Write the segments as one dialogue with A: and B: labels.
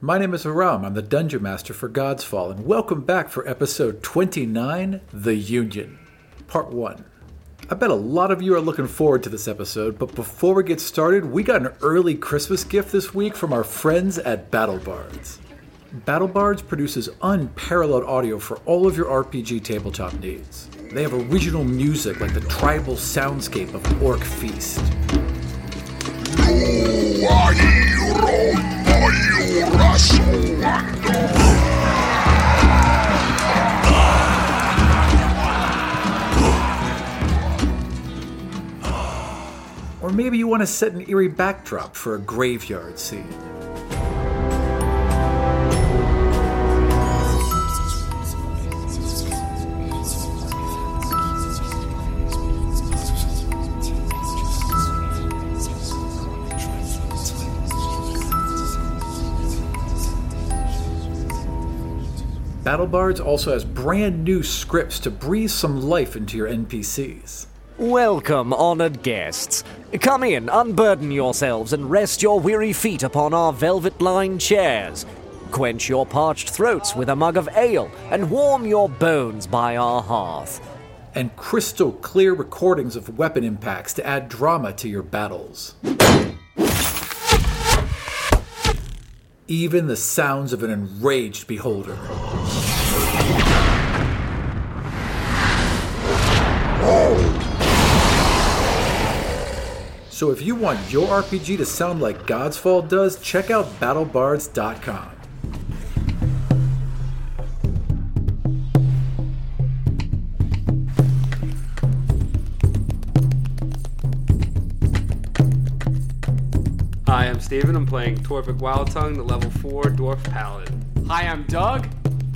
A: My name is Aram. I'm the Dungeon Master for God's Fall, and welcome back for episode 29 The Union, Part 1. I bet a lot of you are looking forward to this episode, but before we get started, we got an early Christmas gift this week from our friends at BattleBards. BattleBards produces unparalleled audio for all of your RPG tabletop needs. They have original music like the tribal soundscape of an orc feast. Or maybe you want to set an eerie backdrop for a graveyard scene. BattleBards also has brand new scripts to breathe some life into your NPCs.
B: Welcome, honored guests. Come in, unburden yourselves, and rest your weary feet upon our velvet lined chairs. Quench your parched throats with a mug of ale, and warm your bones by our hearth.
A: and crystal clear recordings of weapon impacts to add drama to your battles. Even the sounds of an enraged beholder. So if you want your RPG to sound like God's Fall does, check out battlebards.com.
C: Hi, I'm Steven. I'm playing Torvik Wildtongue, the level 4 Dwarf Paladin.
D: Hi, I'm Doug.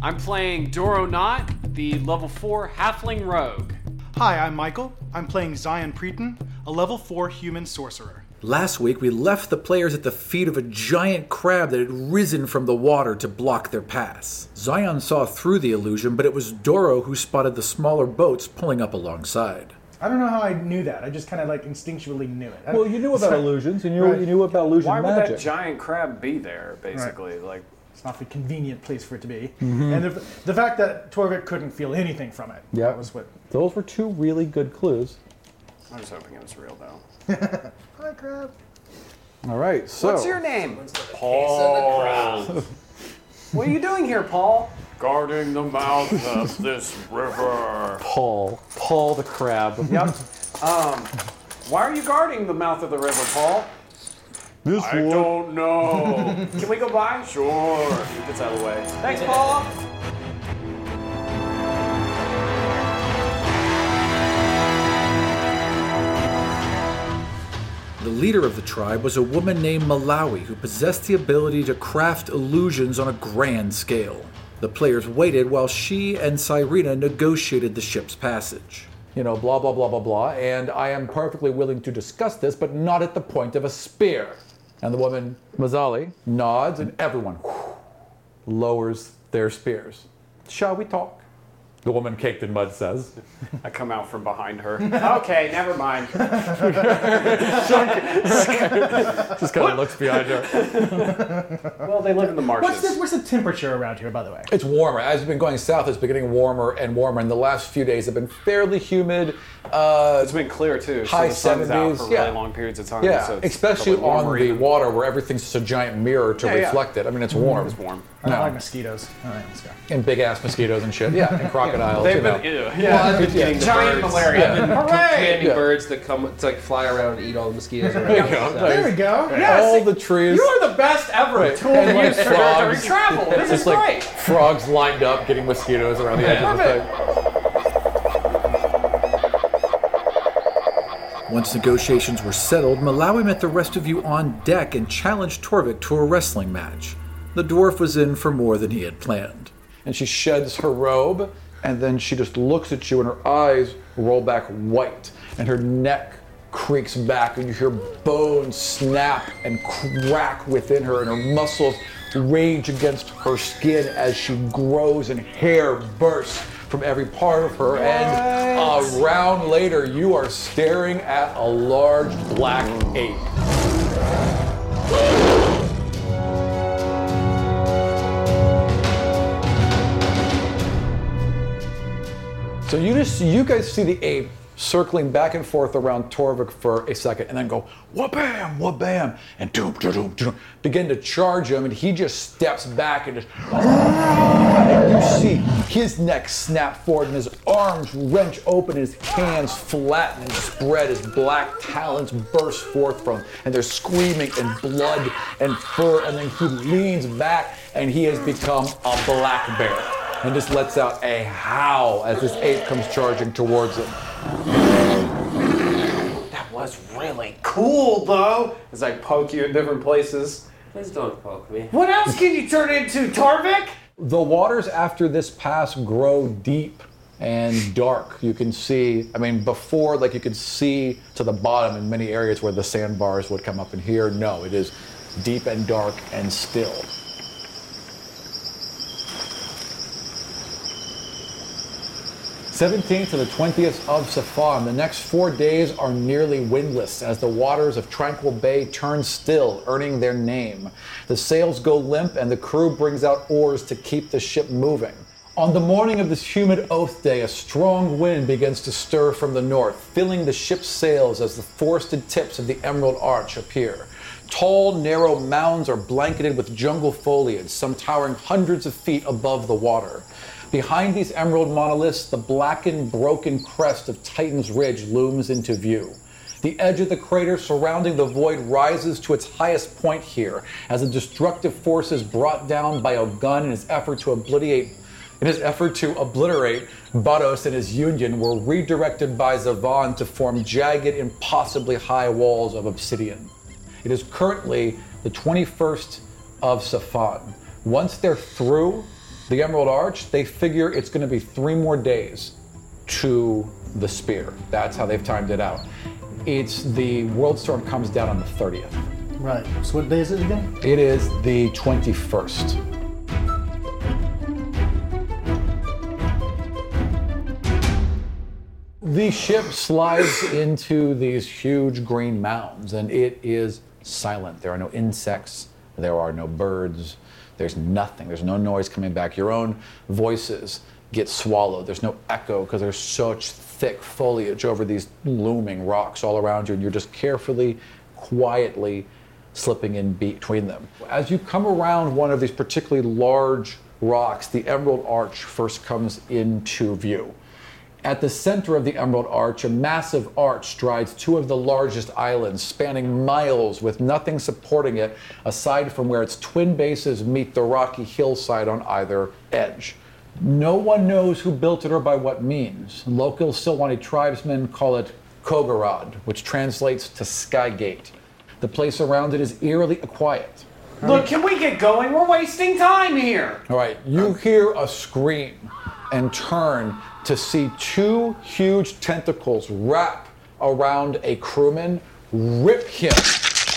D: I'm playing Doro Knot, the level 4 Halfling Rogue.
E: Hi, I'm Michael. I'm playing Zion Preeton, a level 4 human sorcerer.
A: Last week, we left the players at the feet of a giant crab that had risen from the water to block their pass. Zion saw through the illusion, but it was Doro who spotted the smaller boats pulling up alongside.
F: I don't know how I knew that. I just kind of like instinctually knew it.
G: Well, you knew about illusions, and you, you knew about illusion
H: Why would
G: magic.
H: that giant crab be there, basically? Like,
F: It's not the convenient place for it to be.
G: Mm-hmm.
F: And the, the fact that Torvik couldn't feel anything from it.
G: Yeah.
F: That was what.
G: Those were two really good clues.
H: I'm just hoping it was real, though.
F: Hi, crab.
G: All right, so
H: What's your name? Paul.
D: What are you doing here, Paul?
H: Guarding the mouth of this river.
G: Paul, Paul the crab.
H: Yep. Um, why are you guarding the mouth of the river, Paul?
G: This
H: I don't know.
D: Can we go by?
H: sure. He gets out of the way.
D: Thanks, Paul.
A: The leader of the tribe was a woman named Malawi who possessed the ability to craft illusions on a grand scale. The players waited while she and Cyrena negotiated the ship's passage.
G: You know, blah blah blah blah blah. And I am perfectly willing to discuss this, but not at the point of a spear. And the woman Mazali nods, and everyone whew, lowers their spears. Shall we talk? The woman caked in mud says.
H: I come out from behind her. okay, never mind.
G: Just kind of looks behind her.
H: Well, they live in the
F: What's the,
H: marshes.
F: what's the temperature around here, by the way?
G: It's warmer. As we've been going south, it's been getting warmer and warmer. And the last few days have been fairly humid. Uh,
H: It's been clear too.
G: High
H: so the sun's out
G: 70s,
H: for
G: yeah.
H: really long periods of time.
G: Yeah,
H: so it's
G: especially
H: probably
G: on
H: warmer
G: the
H: even.
G: water where everything's just a giant mirror to
H: Yeah, yeah.
G: reflect it. I mean, it's warm.
H: It's warm.
F: I don't
G: No.
F: like mosquitoes. All right, let's go.
G: And big ass mosquitoes and shit. Yeah, and crocodiles.
C: They've
G: you know.
C: been, ew, yeah,
I: I've
C: yeah,
I: been getting the
C: giant
I: birds.
C: malaria.
I: Candy
G: Yeah.
I: birds that come to like fly around and eat all the mosquitoes. around.
G: There you go.
I: So-
F: There we go.
G: Yes. All the trees.
C: You are the best ever
G: Right.
C: tool
G: And
C: to
G: like
C: use for military
G: frogs.
C: travel. This is
G: Just like
C: great.
G: frogs lined up getting mosquitoes around the edge of the
C: Perfect.
G: thing.
A: Once negotiations were settled, Malawi met the rest of you on deck and challenged Torvik to a wrestling match. The dwarf was in for more than he had planned.
G: And she sheds her robe, and then she just looks at you, and her eyes roll back white, and her neck creaks back, and you hear bones snap and crack within her, and her muscles rage against her skin as she grows, and hair bursts from every part of her. And a round later, you are staring at a large black ape.
A: So you just you guys see the ape circling back and forth around Torvik for a second, and then go wha-bam, wha-bam, and doom, doom, doom, doom, begin to charge him, and he just steps back and just. And you see his neck snap forward, and his arms wrench open, and his hands flatten and spread. His black talons burst forth from, him, and they're screaming and blood and fur, and then he leans back, and he has become a black bear and just lets out a howl as this ape comes charging towards him.
H: That was really cool, though. As I poke you in different places.
J: Please don't poke me.
H: What else can you turn into, Tarvik?
A: The waters after this pass grow deep and dark. You can see, I mean, before, like you could see to the bottom in many areas where the sandbars would come up in here. No, it is deep and dark and still. Seventeenth to the twentieth of Safam. The next four days are nearly windless as the waters of Tranquil Bay turn still, earning their name. The sails go limp and the crew brings out oars to keep the ship moving. On the morning of this humid oath day, a strong wind begins to stir from the north, filling the ship's sails as the forested tips of the Emerald Arch appear. Tall, narrow mounds are blanketed with jungle foliage, some towering hundreds of feet above the water. Behind these emerald monoliths, the blackened, broken crest of Titan's Ridge looms into view. The edge of the crater surrounding the void rises to its highest point here, as the destructive forces brought down by Ogun in his effort to obliterate in his effort to obliterate Bados and his union were redirected by Zavan to form jagged, impossibly high walls of obsidian. It is currently the 21st of Safan. Once they're through the Emerald Arch, they figure it's going to be three more days to the spear. That's how they've timed it out. It's the World Storm comes down on the 30th.
K: Right. So what day is it again?
A: It is the 21st. The ship slides into these huge green mounds and it is silent. There are no insects, there are no birds, there's nothing, there's no noise coming back. Your own voices get swallowed, there's no echo because there's such thick foliage over these looming rocks all around you, and you're just carefully, quietly slipping in between them. As you come around one of these particularly large rocks, the Emerald Arch first comes into view. At the center of the Emerald Arch, a massive arch strides two of the largest islands, spanning miles with nothing supporting it aside from where its twin bases meet the rocky hillside on either edge. No one knows who built it or by what means. Local Silwani tribesmen call it Kogorod, which translates to Sky Gate. The place around it is eerily quiet.
H: Look, can we get going? We're wasting time here.
A: All right, you
F: Um,
A: hear a scream and turn to see two huge tentacles wrap around a crewman, rip him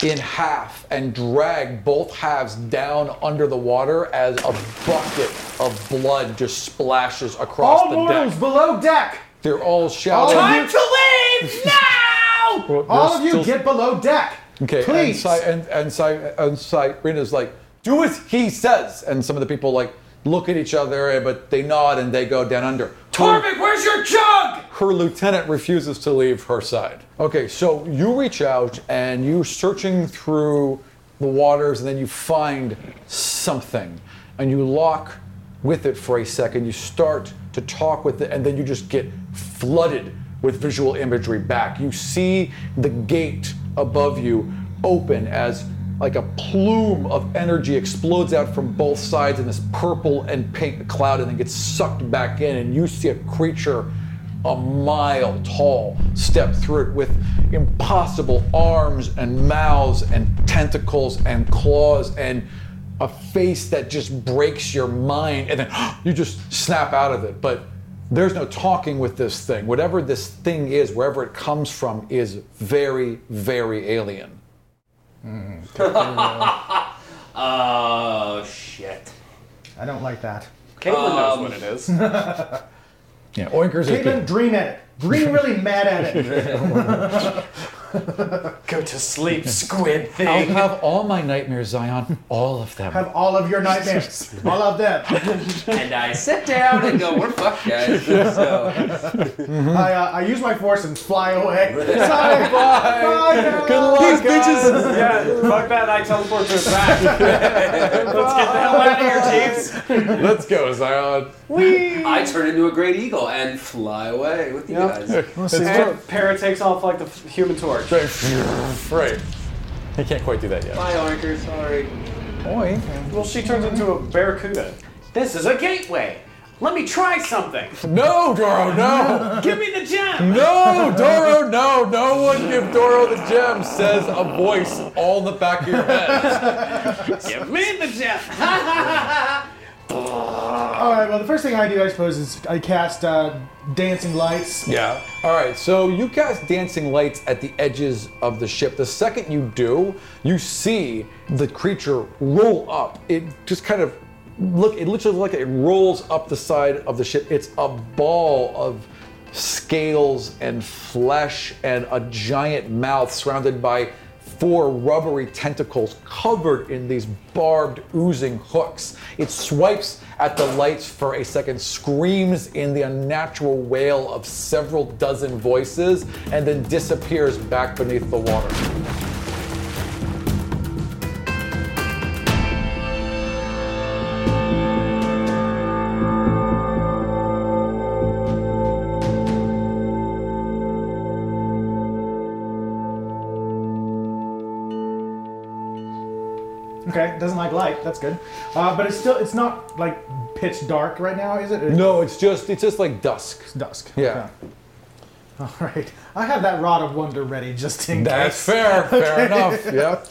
A: in half, and drag both halves down under the water as a bucket of blood just splashes across
F: All
A: the
F: mortals
A: deck.
F: below deck.
A: They're all shouting.
F: All
H: Time to leave now!
A: Well,
F: All
A: they're
F: of you
A: still-
F: get below deck.
A: Okay,
F: Please.
A: and Si- and and, si- and Cyrena's like, do as he says, and some of the people like look at each other, eh, but they nod and they go down under.
H: Torvik, where's your jug?
A: her lieutenant refuses to leave her side. Okay, so you reach out and you're searching through the waters, and then you find something, and you lock with it for a second. You start to talk with it, and then you just get flooded with visual imagery back. You see the gate above you open as like a plume of energy explodes out from both sides in this purple and pink cloud and then gets sucked back in and you see a creature a mile tall step through it with impossible arms and mouths and tentacles and claws and a face that just breaks your mind and then you just snap out of it but there's no talking with this thing whatever this thing is wherever it comes from is very very alien
J: Oh shit.
F: I don't like that.
L: Caitlin
H: Um,
L: knows what it is.
A: yeah oinkers is good.
F: Caitlin, dream at it. Dream really mad at it.
M: Go to sleep, squid
A: I'll
M: thing.
A: have all my nightmares, Zion. All of them.
F: Have all of your nightmares. all of them.
H: And I sit down and go, we're fucked, guys. So,
F: I, uh, I use my force and fly away. Sorry. Bye. Good luck.
A: Peace, bitches!
M: yeah, fuck that. I teleport to the back. Let's get the hell out of here, James.
A: Let's go, Zion.
H: I turn into a great eagle and fly away with you guys.
F: Let's see.
J: And Para takes off like the f- human torch.
A: Right. He can't quite do that yet.
H: Bye, Oinker, sorry.
A: Boy.
J: Well, she turns into a barracuda.
M: This is a gateway. Let me try something.
A: No, Doro, no!
M: Give me the gem.
A: No, Doro, no! No one give Doro the gem, says a voice all in the back of your head.
M: Give me the gem.
F: All right. Well, the first thing I do, I suppose, is I cast uh, dancing lights.
A: Yeah. All right. So you cast dancing lights at the edges of the ship. The second you do, you see the creature roll up. It just kind of look. It literally looks like it rolls up the side of the ship. It's a ball of scales and flesh and a giant mouth surrounded by four rubbery tentacles covered in these barbed, oozing hooks. It swipes at the lights for a second, screams in the unnatural wail of several dozen voices, and then disappears back beneath the water.
F: Okay. Doesn't like light. That's good. Uh, but it's still. It's not like pitch dark right now, is it? It's
A: No, it's just it's just like dusk.
F: dusk.
A: Yeah.
F: Okay. All right. I have that rod of wonder ready just in
A: That's
F: case.
A: fair. Fair enough. Yep.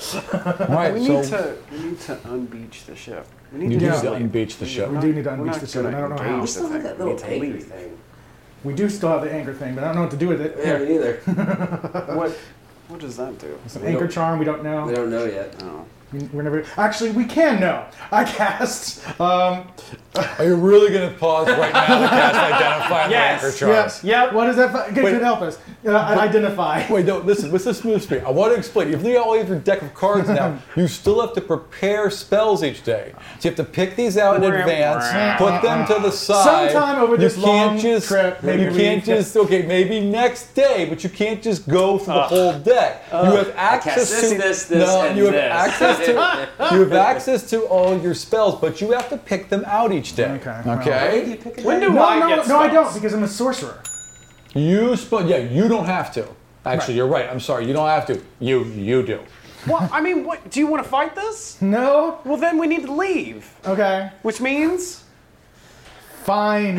A: All right.
B: We
A: so
B: need to we need to unbeach the ship. We need
A: you
B: to
A: need
B: just,
A: to
B: like,
A: unbeach the ship.
F: We do need to
B: We're
F: unleash
B: not
F: the ship. and I don't know
B: gonna
F: how.
B: engage.
H: Still have that little angry thing.
F: We do still have the anchor thing, but I don't know what to do with it.
H: Yeah, me neither.
B: what what does that do?
F: It's an anchor charm. We don't know.
H: We don't know yet.
B: Oh.
F: We're never. Actually, we can know. I cast. Um,
A: Are you really going to pause right now to cast identify
J: Yes,
A: anchor charm?
F: yes. Yep. What does that? Fi- good,
A: Wait.
F: could help us. Uh, identify.
A: Wait, no, listen, what's this move speed? I want to explain. You've laid out all of your deck of cards now. You still have to prepare spells each day. So you have to pick these out in advance, put them to the side.
F: Sometime over this
A: you can't
F: long
A: just,
F: trip, maybe
A: You
F: we-
A: can't just, okay, maybe next day, but you can't just go through the whole deck. you have access
H: this,
A: to
H: this, this,
A: no,
H: and
A: you have
H: this.
A: access to you have access to all your spells, but you have to pick them out each day.
F: Okay, well.
A: Okay.
J: When do
F: No,
J: I
F: no,
J: get
F: no, I don't
J: spells?
F: because I'm a sorcerer.
A: You sp- yeah, you don't have to. Actually,
F: Right.
A: you're right. I'm sorry. You don't have to. You you do.
J: Well, I mean, what? Do you want to fight this?
F: No.
J: Well, then we need to leave,
F: Okay.
J: which means
F: Fine.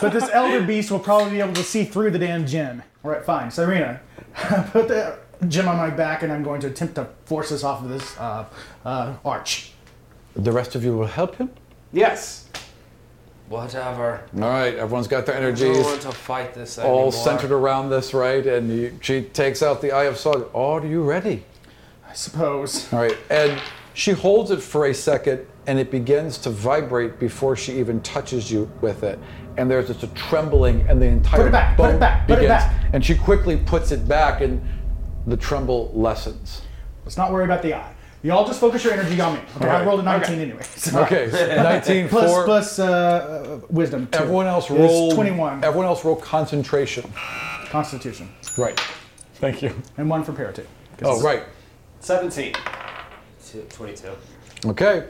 F: but this elder beast will probably be able to see through the damn gem. All right. Fine. Serena, put the gem on my back, and I'm going to attempt to force this off of this uh, uh, arch.
A: The rest of you will help him?
J: yes.
H: Whatever.
A: All right, everyone's got their
H: I don't
A: energies
H: want to fight this
A: all
H: anymore.
A: centered around this, right? And you, she takes out the Eye of Sog. Are you ready?
F: I suppose.
A: All right, and she holds it for a second and it begins to vibrate before she even touches you with it. And there's just a trembling and the entire
F: it back, put it
A: boat
F: back, put it
A: begins.
F: back.
A: And she quickly puts it back and the tremble lessens.
F: Let's not worry about the eye. Y'all just focus your energy on me. Okay.
A: All right.
F: I rolled a 19 anyway. so-
A: Okay, so 19
F: Plus,
A: four.
F: plus uh, uh, wisdom. Two.
A: Everyone else
F: Is
A: roll
F: 21.
A: Everyone else roll concentration.
F: Constitution.
A: Right. Thank you.
F: And one for parity.
A: Oh, right.
J: 17.
H: Two- 22.
A: Okay.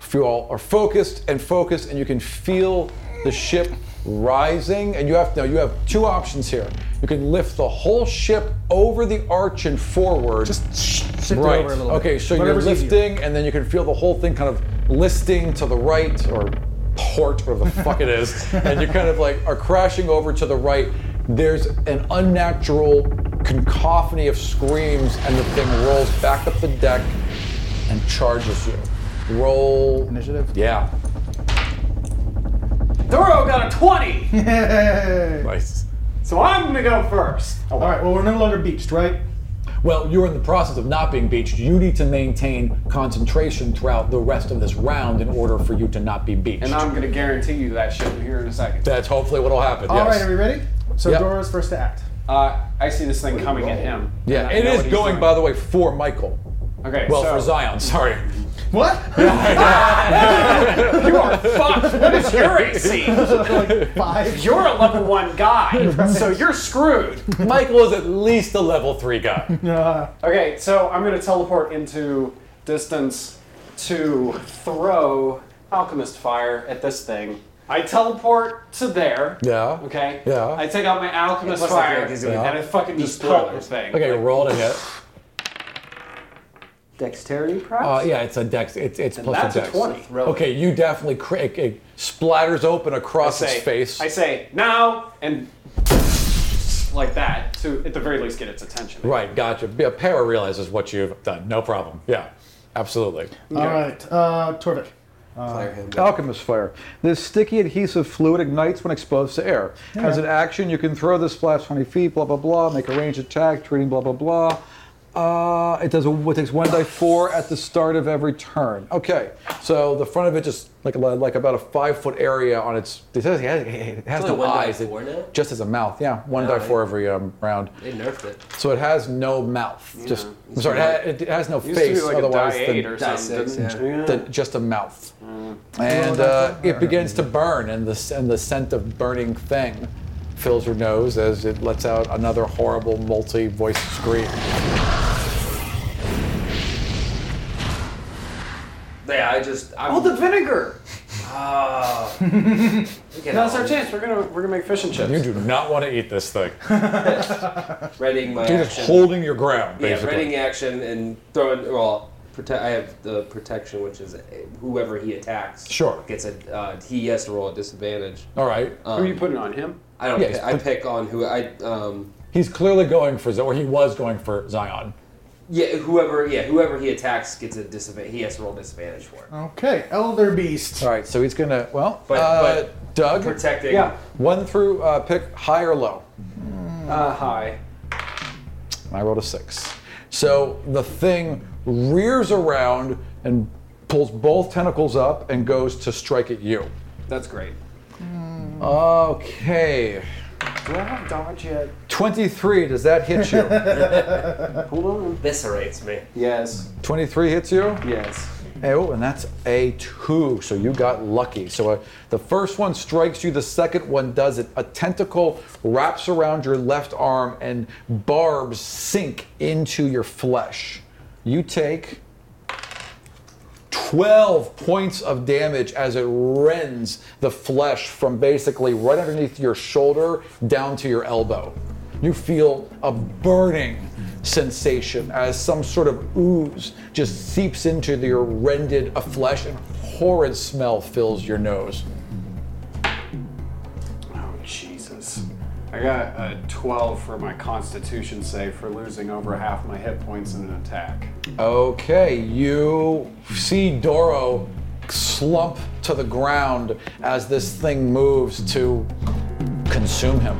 A: If you all are focused and focused, and you can feel the ship rising, and you have now you have two options here. You can lift the whole ship over the arch and forward.
F: Just sh- shift
A: right.
F: it over a little bit.
A: okay, so
F: Whatever's
A: you're
F: easier.
A: lifting, and then you can feel the whole thing kind of listing to the right or port, whatever the fuck it is, and you kind of like are crashing over to the right. There's an unnatural cacophony of screams, and the thing rolls back up the deck and charges you. Roll
F: Initiative.
A: Yeah.
J: Doro got a 20,
A: Nice.
J: so I'm gonna go first.
A: Oh,
F: All right, well, we're no longer beached, right?
A: Well, you're in the process of not being beached. You need to maintain concentration throughout the rest of this round in order for you to not be beached.
J: And I'm gonna guarantee you that shit here in a second.
A: That's hopefully what'll happen.
F: All
A: yes.
F: right, are we ready? So
A: Yep.
F: Dora's first to act.
J: Uh, I see this thing coming at him.
A: Yeah,
J: And I
A: it
J: know
A: is
J: what he's
A: going,
J: doing.
A: by the way, for Michael.
J: Okay,
A: Well,
J: so,
A: for Zion, sorry.
F: What?
J: Fuck! What is your AC?
F: Five.
J: You're a level one guy, so you're screwed.
A: Michael is at least a level three guy.
F: Uh,
J: Okay, so I'm gonna teleport into distance to throw alchemist fire at this thing. I teleport to there.
A: Yeah.
J: Okay.
A: Yeah.
J: I take out my alchemist
N: looks like
J: fire
N: he's
J: and
N: gonna-
J: I fucking just pelt the thing.
A: Okay, roll it a hit.
N: Dexterity, perhaps?
A: Uh, yeah, it's a dex. It's it's plus
J: that's
A: a
J: a
A: dex.
J: 20.
N: Really?
A: Okay, you definitely cra- it, it splatters open across
J: say,
A: his face.
J: I say now and like that to at the very least get its attention.
A: right, gotcha. Yeah, Para realizes what you've done. No problem. Yeah, absolutely.
F: all right. Uh, Torvik.
H: Fire him.
A: Alchemist fire. This sticky adhesive fluid ignites when exposed to air. As an action, you can throw this flash 20 feet, blah, blah, blah, make a ranged attack, treating, blah, blah, blah. Uh, it does a, it takes one die four at the start of every turn. Okay, so the front of it just like like about a five foot area on its. It has, it has
H: It's
A: no
H: only one die
A: eyes. It
H: four now? Oh,
A: just has a mouth. Yeah, one die four every um, round.
H: They nerfed it.
A: So it has no mouth. Just I'm sorry, it, ha- it has no
J: Used to be
A: face.
J: like a
A: otherwise,
J: die
A: than-
J: eight or
H: Die
J: something.
H: six,
J: didn't
H: yeah.
J: it?
A: than just a mouth. And uh, it begins to burn, and the, and the scent of burning thing fills her nose as it lets out another horrible, multi voiced scream.
H: Yeah, I just. I'm,
J: Oh, the vinegar!
H: look at
J: Now's
H: all
J: our
H: this.
J: chance. We're gonna we're gonna make fish and chips.
A: You do not want to eat this thing.
H: Readying my
A: You're just
H: action.
A: holding your ground,
H: yeah,
A: basically.
H: readying action and throwing. Well, protect. I have the protection, which is uh, whoever he attacks.
A: Sure.
H: Gets a. Uh, he has to roll at disadvantage.
A: All right.
J: Who
H: um,
J: are you putting on him?
H: I don't.
A: Yeah,
H: pick-
A: he's
H: I
A: put-
H: pick on who I. Um,
A: He's clearly going for, Z- or he was going for Zion.
H: yeah, whoever. Yeah, whoever he attacks gets a disadvantage. He has to roll disadvantage for it.
F: Okay. Elder Beast.
A: All right, so he's going to, well,
H: But-
A: uh,
H: but-
A: Doug,
H: Protecting.
J: Yeah.
A: one through uh, pick high or low.
J: Uh, hi.
A: I rolled a six. So the thing rears around and pulls both tentacles up and goes to strike at you.
J: That's great.
A: Okay.
J: Do I have dodge yet?
A: 23, does that hit you?
H: Eviscerates me.
J: Yes.
A: 23 hits you?
J: Yes.
A: Oh, and that's a two, so you got lucky. So uh, the first one strikes you, the second one does it. A tentacle wraps around your left arm and barbs sink into your flesh. You take 12 points of damage as it rends the flesh from basically right underneath your shoulder down to your elbow. You feel a burning sensation as some sort of ooze just seeps into your rended uh, flesh and horrid smell fills your nose.
J: Oh Jesus. I got a 12 for my constitution save for losing over half my hit points in an attack.
A: Okay, you see Doro slump to the ground as this thing moves to consume him.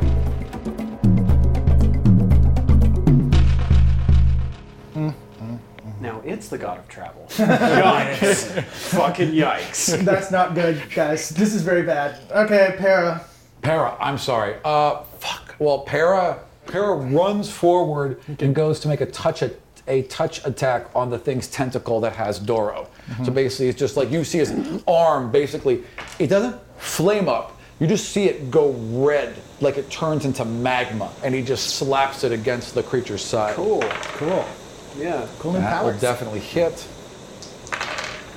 J: Now it's the god of travel. yikes. Fucking yikes.
F: That's not good, guys. This is very bad. Okay, Para.
A: Para, I'm sorry. Uh, fuck. Well, Para, Para runs forward and goes to make a touch a, a touch attack on the thing's tentacle that has Doro. So basically, it's just like you see his arm. Basically, it doesn't flame up. You just see it go red, like it turns into magma, and he just slaps it against the creature's side.
J: Cool.
F: Cool.
J: Yeah. Cool.
F: Golden
A: That will
F: powers.
A: definitely hit.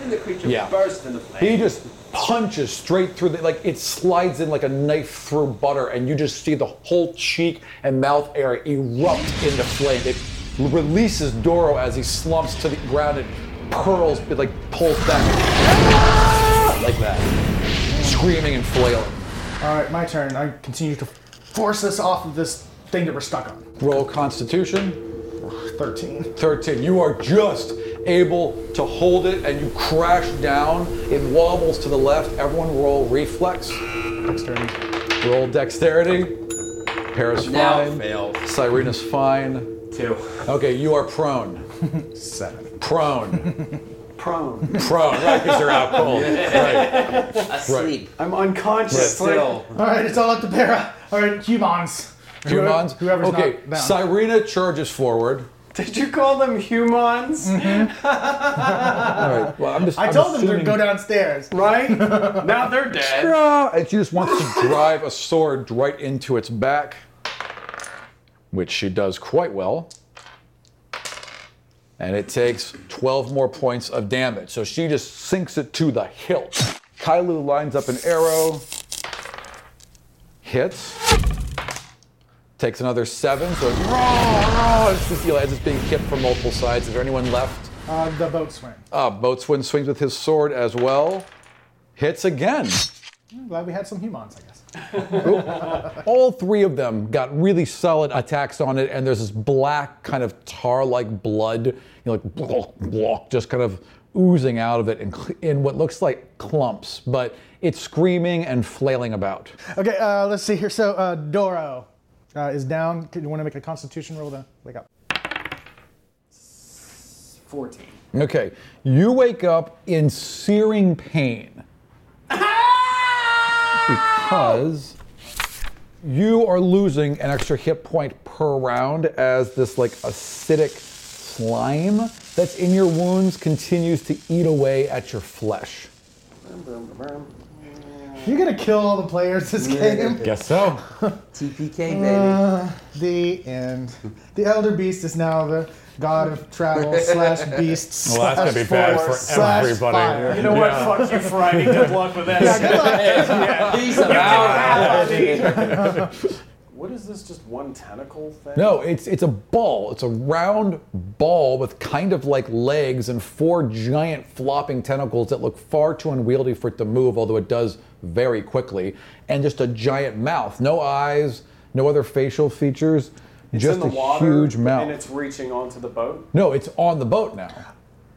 H: And the creature
A: Yeah.
H: bursts into flame.
A: He just punches straight through the like it slides in like a knife through butter, and you just see the whole cheek and mouth area erupt into flame. It releases Doro as he slumps to the ground and pearls it like pulls back like that, screaming and flailing.
F: All right, my turn. I continue to force us off of this thing that we're stuck on.
A: Roll Constitution
F: 13.
A: 13. You are just able to hold it, and you crash down. It wobbles to the left. Everyone roll reflex.
F: Dexterity.
A: Roll dexterity. Paris
H: Now
A: fine.
H: fail.
A: Cyrena's fine.
H: Two.
A: Okay, you are prone.
F: Seven.
A: Prone.
J: Prone.
A: prone. Right, because you're out cold. Right.
H: Asleep.
J: I'm unconscious.
H: Still.
F: All right, it's all up to Para. All right, humans.
A: Humans.
F: whoever's not
A: okay,
F: bound.
A: Cyrena charges forward.
J: Did you call them humans?
A: All right. Well, I'm just.
F: I
A: am
F: told them to
A: assuming-
F: go downstairs.
J: Right? now they're dead.
A: Ah, And she just wants to drive a sword right into its back, which she does quite well. And it takes 12 more points of damage. So she just sinks it to the hilt. Kailu lines up an arrow, hits, takes another seven. So it's, rah, rah, it's just, you know, as it's being hit from multiple sides. Is there anyone left?
F: Uh, the boat swing.
A: Uh, Boatswain swings with his sword as well, hits again.
F: I'm glad we had some humans, I guess.
A: all three of them got really solid attacks on it, and there's this black kind of tar-like blood, you know, like block, block, just kind of oozing out of it in, cl- in what looks like clumps, but it's screaming and flailing about.
F: Okay, uh, let's see here. So uh, Doro uh, is down. Do you want to make a Constitution roll to wake up?
J: 14.
A: Okay, you wake up in searing pain because you are losing an extra hit point per round as this like acidic slime that's in your wounds continues to eat away at your flesh.
F: You're gonna kill all the players this game.
A: Guess so.
H: TPK,
A: Uh,
H: baby.
F: The end. The elder beast is now the god of travel slash beasts.
O: Well, that's gonna be bad for
F: slash
O: everybody.
F: fire.
O: You
J: You know what? Fuck you, Friday. Good luck with that. Ah.
H: He's about
J: What is this? Just one tentacle thing?
A: No, it's it's a ball. It's a round ball with kind of like legs and four giant flopping tentacles that look far too unwieldy for it to move, although it does very quickly, and just a giant mouth. No eyes, no other facial features, just
J: it's in the
A: a
J: water,
A: huge
J: And
A: mouth.
J: it's reaching onto the boat.
A: No, it's on the boat now.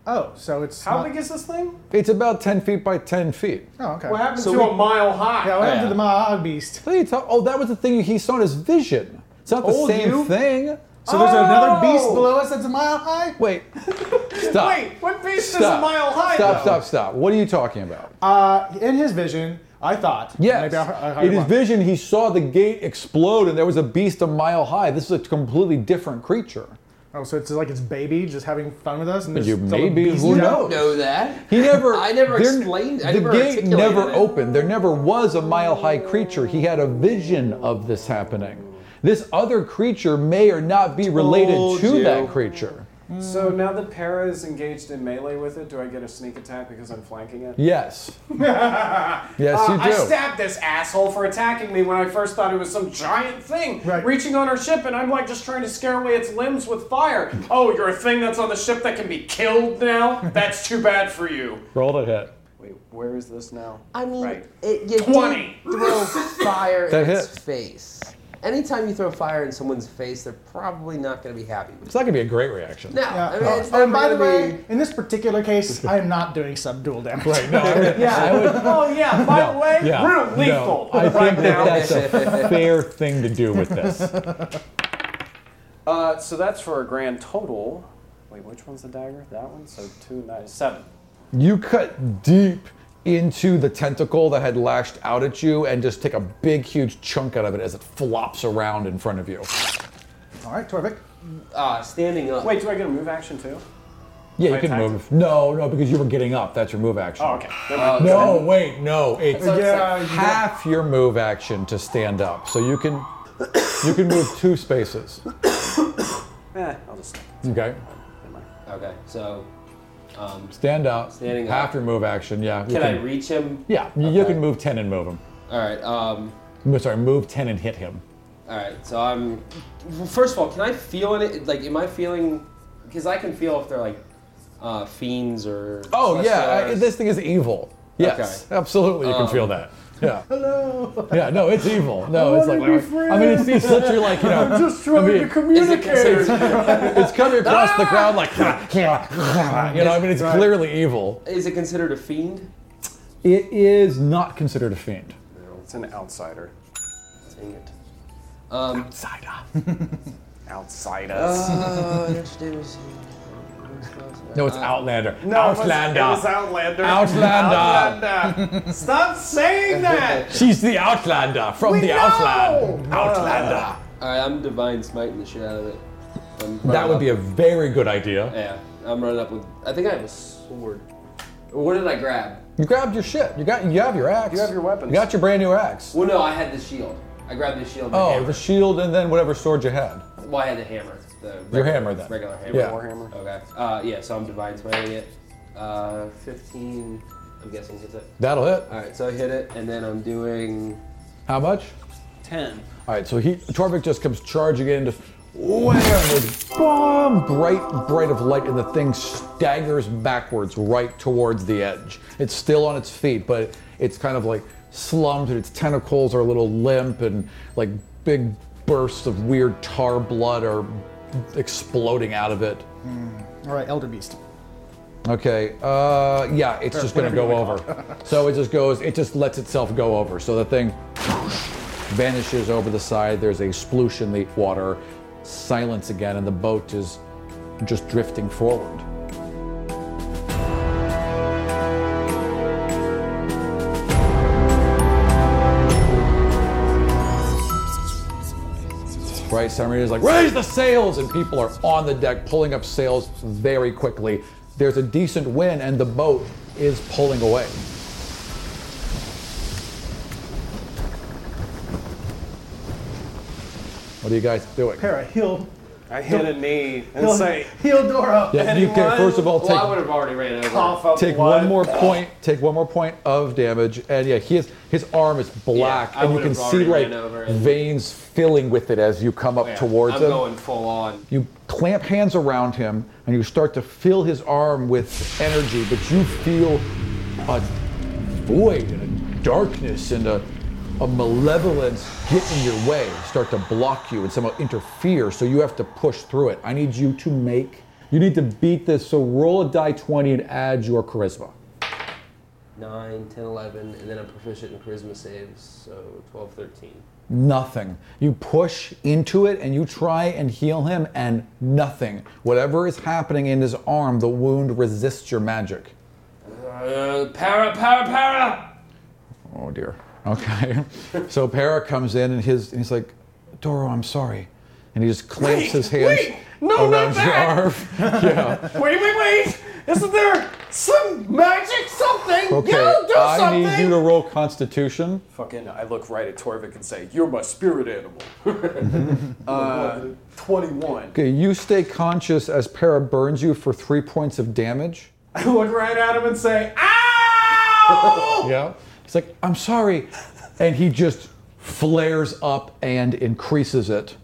F: Oh, so it's
J: How
F: not-
J: big is this thing?
A: It's about 10 feet by 10 feet.
F: Oh, okay.
J: What happened to a mile high?
F: yeah, what happened to
A: Yeah.
F: the Ma'ag beast?
A: What are you talk- oh, that was the thing he saw in his vision. It's not the
J: Old
A: same
J: you?
A: thing.
F: So there's another beast below us that's a mile high.
A: Wait, stop.
J: Oh! Wait, what beast is a
A: Stop.
J: mile high?
A: Stop,
J: though?
A: stop, stop. What are you talking about?
F: Uh, in his vision, I thought.
A: Yes.
F: Maybe I, I, I
A: in his vision, he saw the gate explode and there was a beast a mile high. This is a completely different creature.
F: Oh, so it's like it's baby just having fun with us. And there's
A: You
F: still a
A: maybe-
F: beast
A: who knows?
F: out?
H: to know that.
A: He never.
H: I never
A: there-
H: explained- I
A: the
H: never
A: gate
H: articulated
A: never
H: it.
A: opened. There never was a mile high creature. He had a vision of this happening. This other creature may or not be related
H: Told
A: to
H: you.
A: that creature.
J: So now that Para is engaged in melee with it, do I get a sneak attack because I'm flanking it?
A: Yes. yes,
J: Uh,
A: you do.
J: I stabbed this asshole for attacking me when I first thought it was some giant thing
F: Right.
J: reaching on our ship, and I'm like just trying to scare away its limbs with fire. Oh, you're a thing that's on the ship that can be killed now? That's too bad for you.
O: Rolled a hit.
J: Wait, where is this now?
P: I mean,
J: Right.
P: it, you
J: 20.
P: did throw fire
A: That
P: in its
A: hit.
P: face. Anytime you throw fire in someone's face, they're probably not going to be happy with
A: It's not going to be a great reaction.
P: it. No,
F: Yeah.
P: I mean, it's
F: oh,
P: never
F: and by the
P: gonna be-
F: way, in this particular case, I am not doing subdual damage. Right.
A: yeah, I would.
J: Oh, yeah, by the way,
O: Yeah,
J: real
O: no,
J: lethal
O: I
J: right
O: think
J: now.
O: that that's a fair thing to do with this.
J: Uh, so that's for a grand total. Wait, which one's the dagger? That one? So two, nine, seven.
A: You cut deep into the tentacle that had lashed out at you and just take a big, huge chunk out of it as it flops around in front of you.
F: All right, Torvik.
H: Ah, standing up.
J: Wait, do I get a move action too?
A: Yeah,
J: I
A: you can
J: attacked
A: move. No, no, because you were getting up. That's your move action.
J: Oh, okay.
A: No, wait, no. It's
F: Yeah, you
A: half your move action to stand up. So you can you can move two spaces.
J: Eh, I'll just.
A: Okay.
H: Okay, so um,
A: Stand up.
H: Standing
A: half
H: up.
A: your move action. Yeah. you
H: can I reach him?
A: Yeah, you- you
H: Okay.
A: can move 10 and move him.
H: All right. Um,
A: I'm sorry, move 10 and hit him.
H: all right. So I'm. First of all, can I feel in it? Like, am I feeling? Because I can feel if they're like uh, fiends or.
A: Oh yeah, I,
H: celestials.
A: this thing is evil. Yes, absolutely, you can feel that. Yeah. Um, Hello. Yeah, no, it's evil. No, it's like I mean, it's, it's such a like you know.
F: Just trying
A: mean,
F: to
A: to
F: communicate.
A: it's coming across the ground like you know. I mean, it's clearly evil.
H: Is it considered a fiend?
A: It is not considered a fiend.
J: It's an outsider.
H: Dang it. Um,
A: Side up.
J: Outsiders.
H: uh, introduce-
A: Uh, No, it's Outlander.
J: No, it was-
A: Outlander.
J: It was Outlander.
A: Outlander.
J: Outlander. Stop saying that.
A: She's the Outlander from the
J: know.
A: Outland. Outlander.
H: All right, I'm divine smiting the shit out of it. I'm
Q: That
H: running
Q: would
H: up-
Q: be a very good idea.
H: Yeah, I'm running up with. I think I have a sword. What did I grab?
A: You grabbed your shit. You got. You have your axe.
H: You have your weapons.
A: You got your brand new axe.
H: Well, no, I had the shield. I grabbed the shield. And
A: Oh,
H: the hammer.
A: the shield and then whatever sword you had.
H: Well, I had the hammer. The
A: Your
H: reg-
A: hammer, then.
H: Regular hammer.
A: Yeah. Warhammer.
H: Okay. Uh, yeah, so I'm divine smiting it. Uh, 15, I'm guessing hits it.
A: That'll hit.
H: All right, so I hit it, and then I'm doing
A: How much?
H: 10.
A: All right, so he Torvik just comes charging in, just wham! This bomb, bright, bright of light, and the thing staggers backwards right towards the edge. It's still on its feet, but it's kind of like slumped, and its tentacles are a little limp, and like big bursts of weird tar blood are exploding out of it.
F: All right, Elder Beast.
A: Okay, uh, yeah, it's
F: Or
A: just gonna
F: whatever
A: go
F: you wanna call
A: over. so it just goes, it just lets itself go over. So the thing vanishes over the side. There's a sploosh in the water, silence again, and the boat is just drifting forward. Right, Submarine is like, raise the sails! And people are on the deck pulling up sails very quickly. There's a decent wind, and the boat is pulling away. What are you guys doing?
F: Para, heal.
J: I hit a knee and
F: Heal,
J: say,
F: heal Dora.
A: Yeah, you can, first of all, take,
H: Well, I would have already ran over.
J: Cough up
A: take
J: blood.
A: one more point. Take one more point of damage, and yeah, he is, his arm is black,
H: Yeah, I
A: and you
H: would've
A: can see
H: already
A: like
H: ran over and- Oh,
A: veins filling with it as you come up
H: Yeah,
A: towards
H: I'm
A: him.
H: going full on.
A: You clamp hands around him, and you start to fill his arm with energy, but you feel a void and a darkness and a a malevolence get in your way, start to block you and somehow interfere, so you have to push through it. I need you to make. You need to beat this, so roll a die 20 and add your charisma.
H: 9, 10, 11, and then I'm proficient in charisma saves, so 12, 13.
A: Nothing. You push into it and you try and heal him, and nothing. Whatever is happening in his arm, the wound resists your magic.
H: Uh, para, para, para!
A: Oh dear. Okay. so Para comes in and his and he's like, Doro, I'm sorry. And he just clamps his hands
J: wait, no,
A: around
J: not
A: your
J: that.
A: arm. yeah.
J: wait, wait, wait! Isn't there some magic something?
Q: Okay,
J: You do
Q: I
J: something!
Q: need you to roll Constitution.
J: Fucking, I look right at Torvik and say, You're my spirit animal. uh, 21.
A: Okay, you stay conscious as Para burns you for three points of damage.
J: I look right at him and say,
A: yeah. He's like, I'm sorry. And he just flares up and increases it.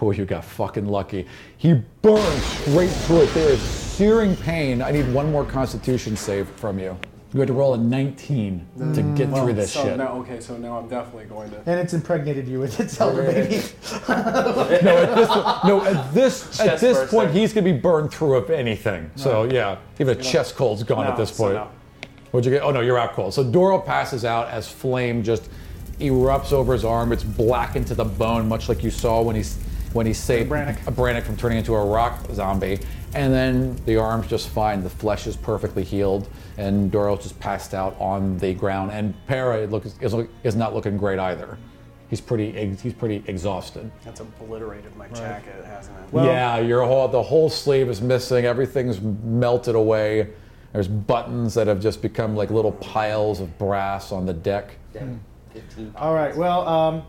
A: Oh, you got fucking lucky. He burns straight through it. There is searing pain. I need one more constitution save from you. You had to roll a 19 to get
J: Mm. Well,
A: through this
J: so
A: shit.
J: Now, okay, so now I'm definitely going to.
F: And it's impregnated you with its Elder Baby.
Q: No, at this, no, at this, at
A: Chest
Q: this
A: burster.
Q: point, he's gonna be burned through if anything. So yeah, even a chest cold's gone at
A: No,
Q: this
A: so
Q: point.
A: no.
Q: What'd you get? Oh no, you're out cold. So Doro passes out as flame just erupts over his arm. It's blackened to the bone, much like you saw when he's when he saved
F: Brannock.
A: a Brannock from turning into a rock zombie. And then the arm's just fine. The flesh is perfectly healed, and Doro just passed out on the ground. And Para it looks is, is not looking great either. He's pretty ex- he's pretty exhausted.
J: That's obliterated my jacket, hasn't it?
A: yeah, your whole the whole sleeve is missing. Everything's melted away. There's buttons that have just become like little piles of brass on the deck.
H: 15.
F: All right. Well, um,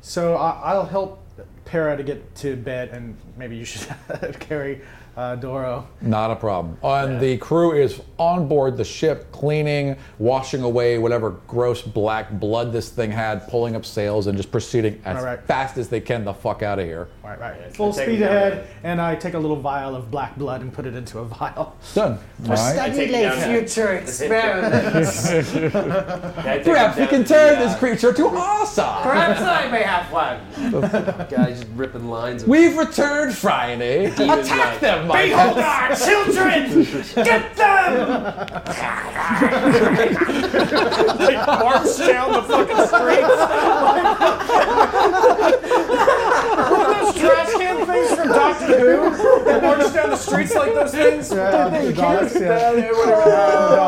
F: so I, I'll help Para to get to bed, and maybe you should carry uh, Doro.
A: Not a problem. And the crew is on board the ship, cleaning, washing away whatever gross black blood this thing had, pulling up sails, and just proceeding as
F: All right.
A: fast as they can the fuck out of here.
F: All right, right. Full
J: take
F: speed
J: him down
F: ahead, and I take a little vial of black blood and put it into a vial.
A: Done. All right.
J: take it down.
R: future experiments.
A: Perhaps we can turn this creature to awesome.
H: Perhaps I may have one! Guys, just ripping lines. of-
A: We've returned Friday. Attack them, Michael.
J: Behold our children! Get them! they march down the fucking streets. Look at those trash can things from Doctor Who. They march down the streets like those things.
F: the dogs, yeah.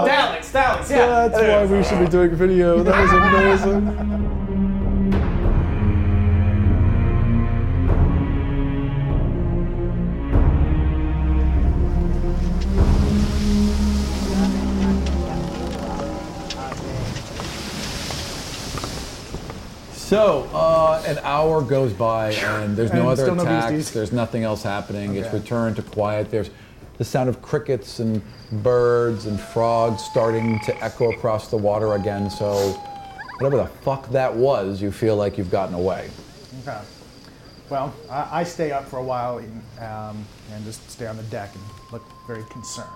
J: Daleks, Daleks, yeah.
A: That's why we should be doing video. That was amazing. So uh, an hour goes by, and there's no
G: And
A: other
G: still no
A: attacks.
G: beasties.
A: there's nothing else happening. It's
G: Okay.
A: returned to quiet. There's the sound of crickets and birds and frogs starting to echo across the water again. So whatever the fuck that was, you feel like you've gotten away.
F: Okay. Well, I, I stay up for a while and, um, and just stay on the deck and look very concerned.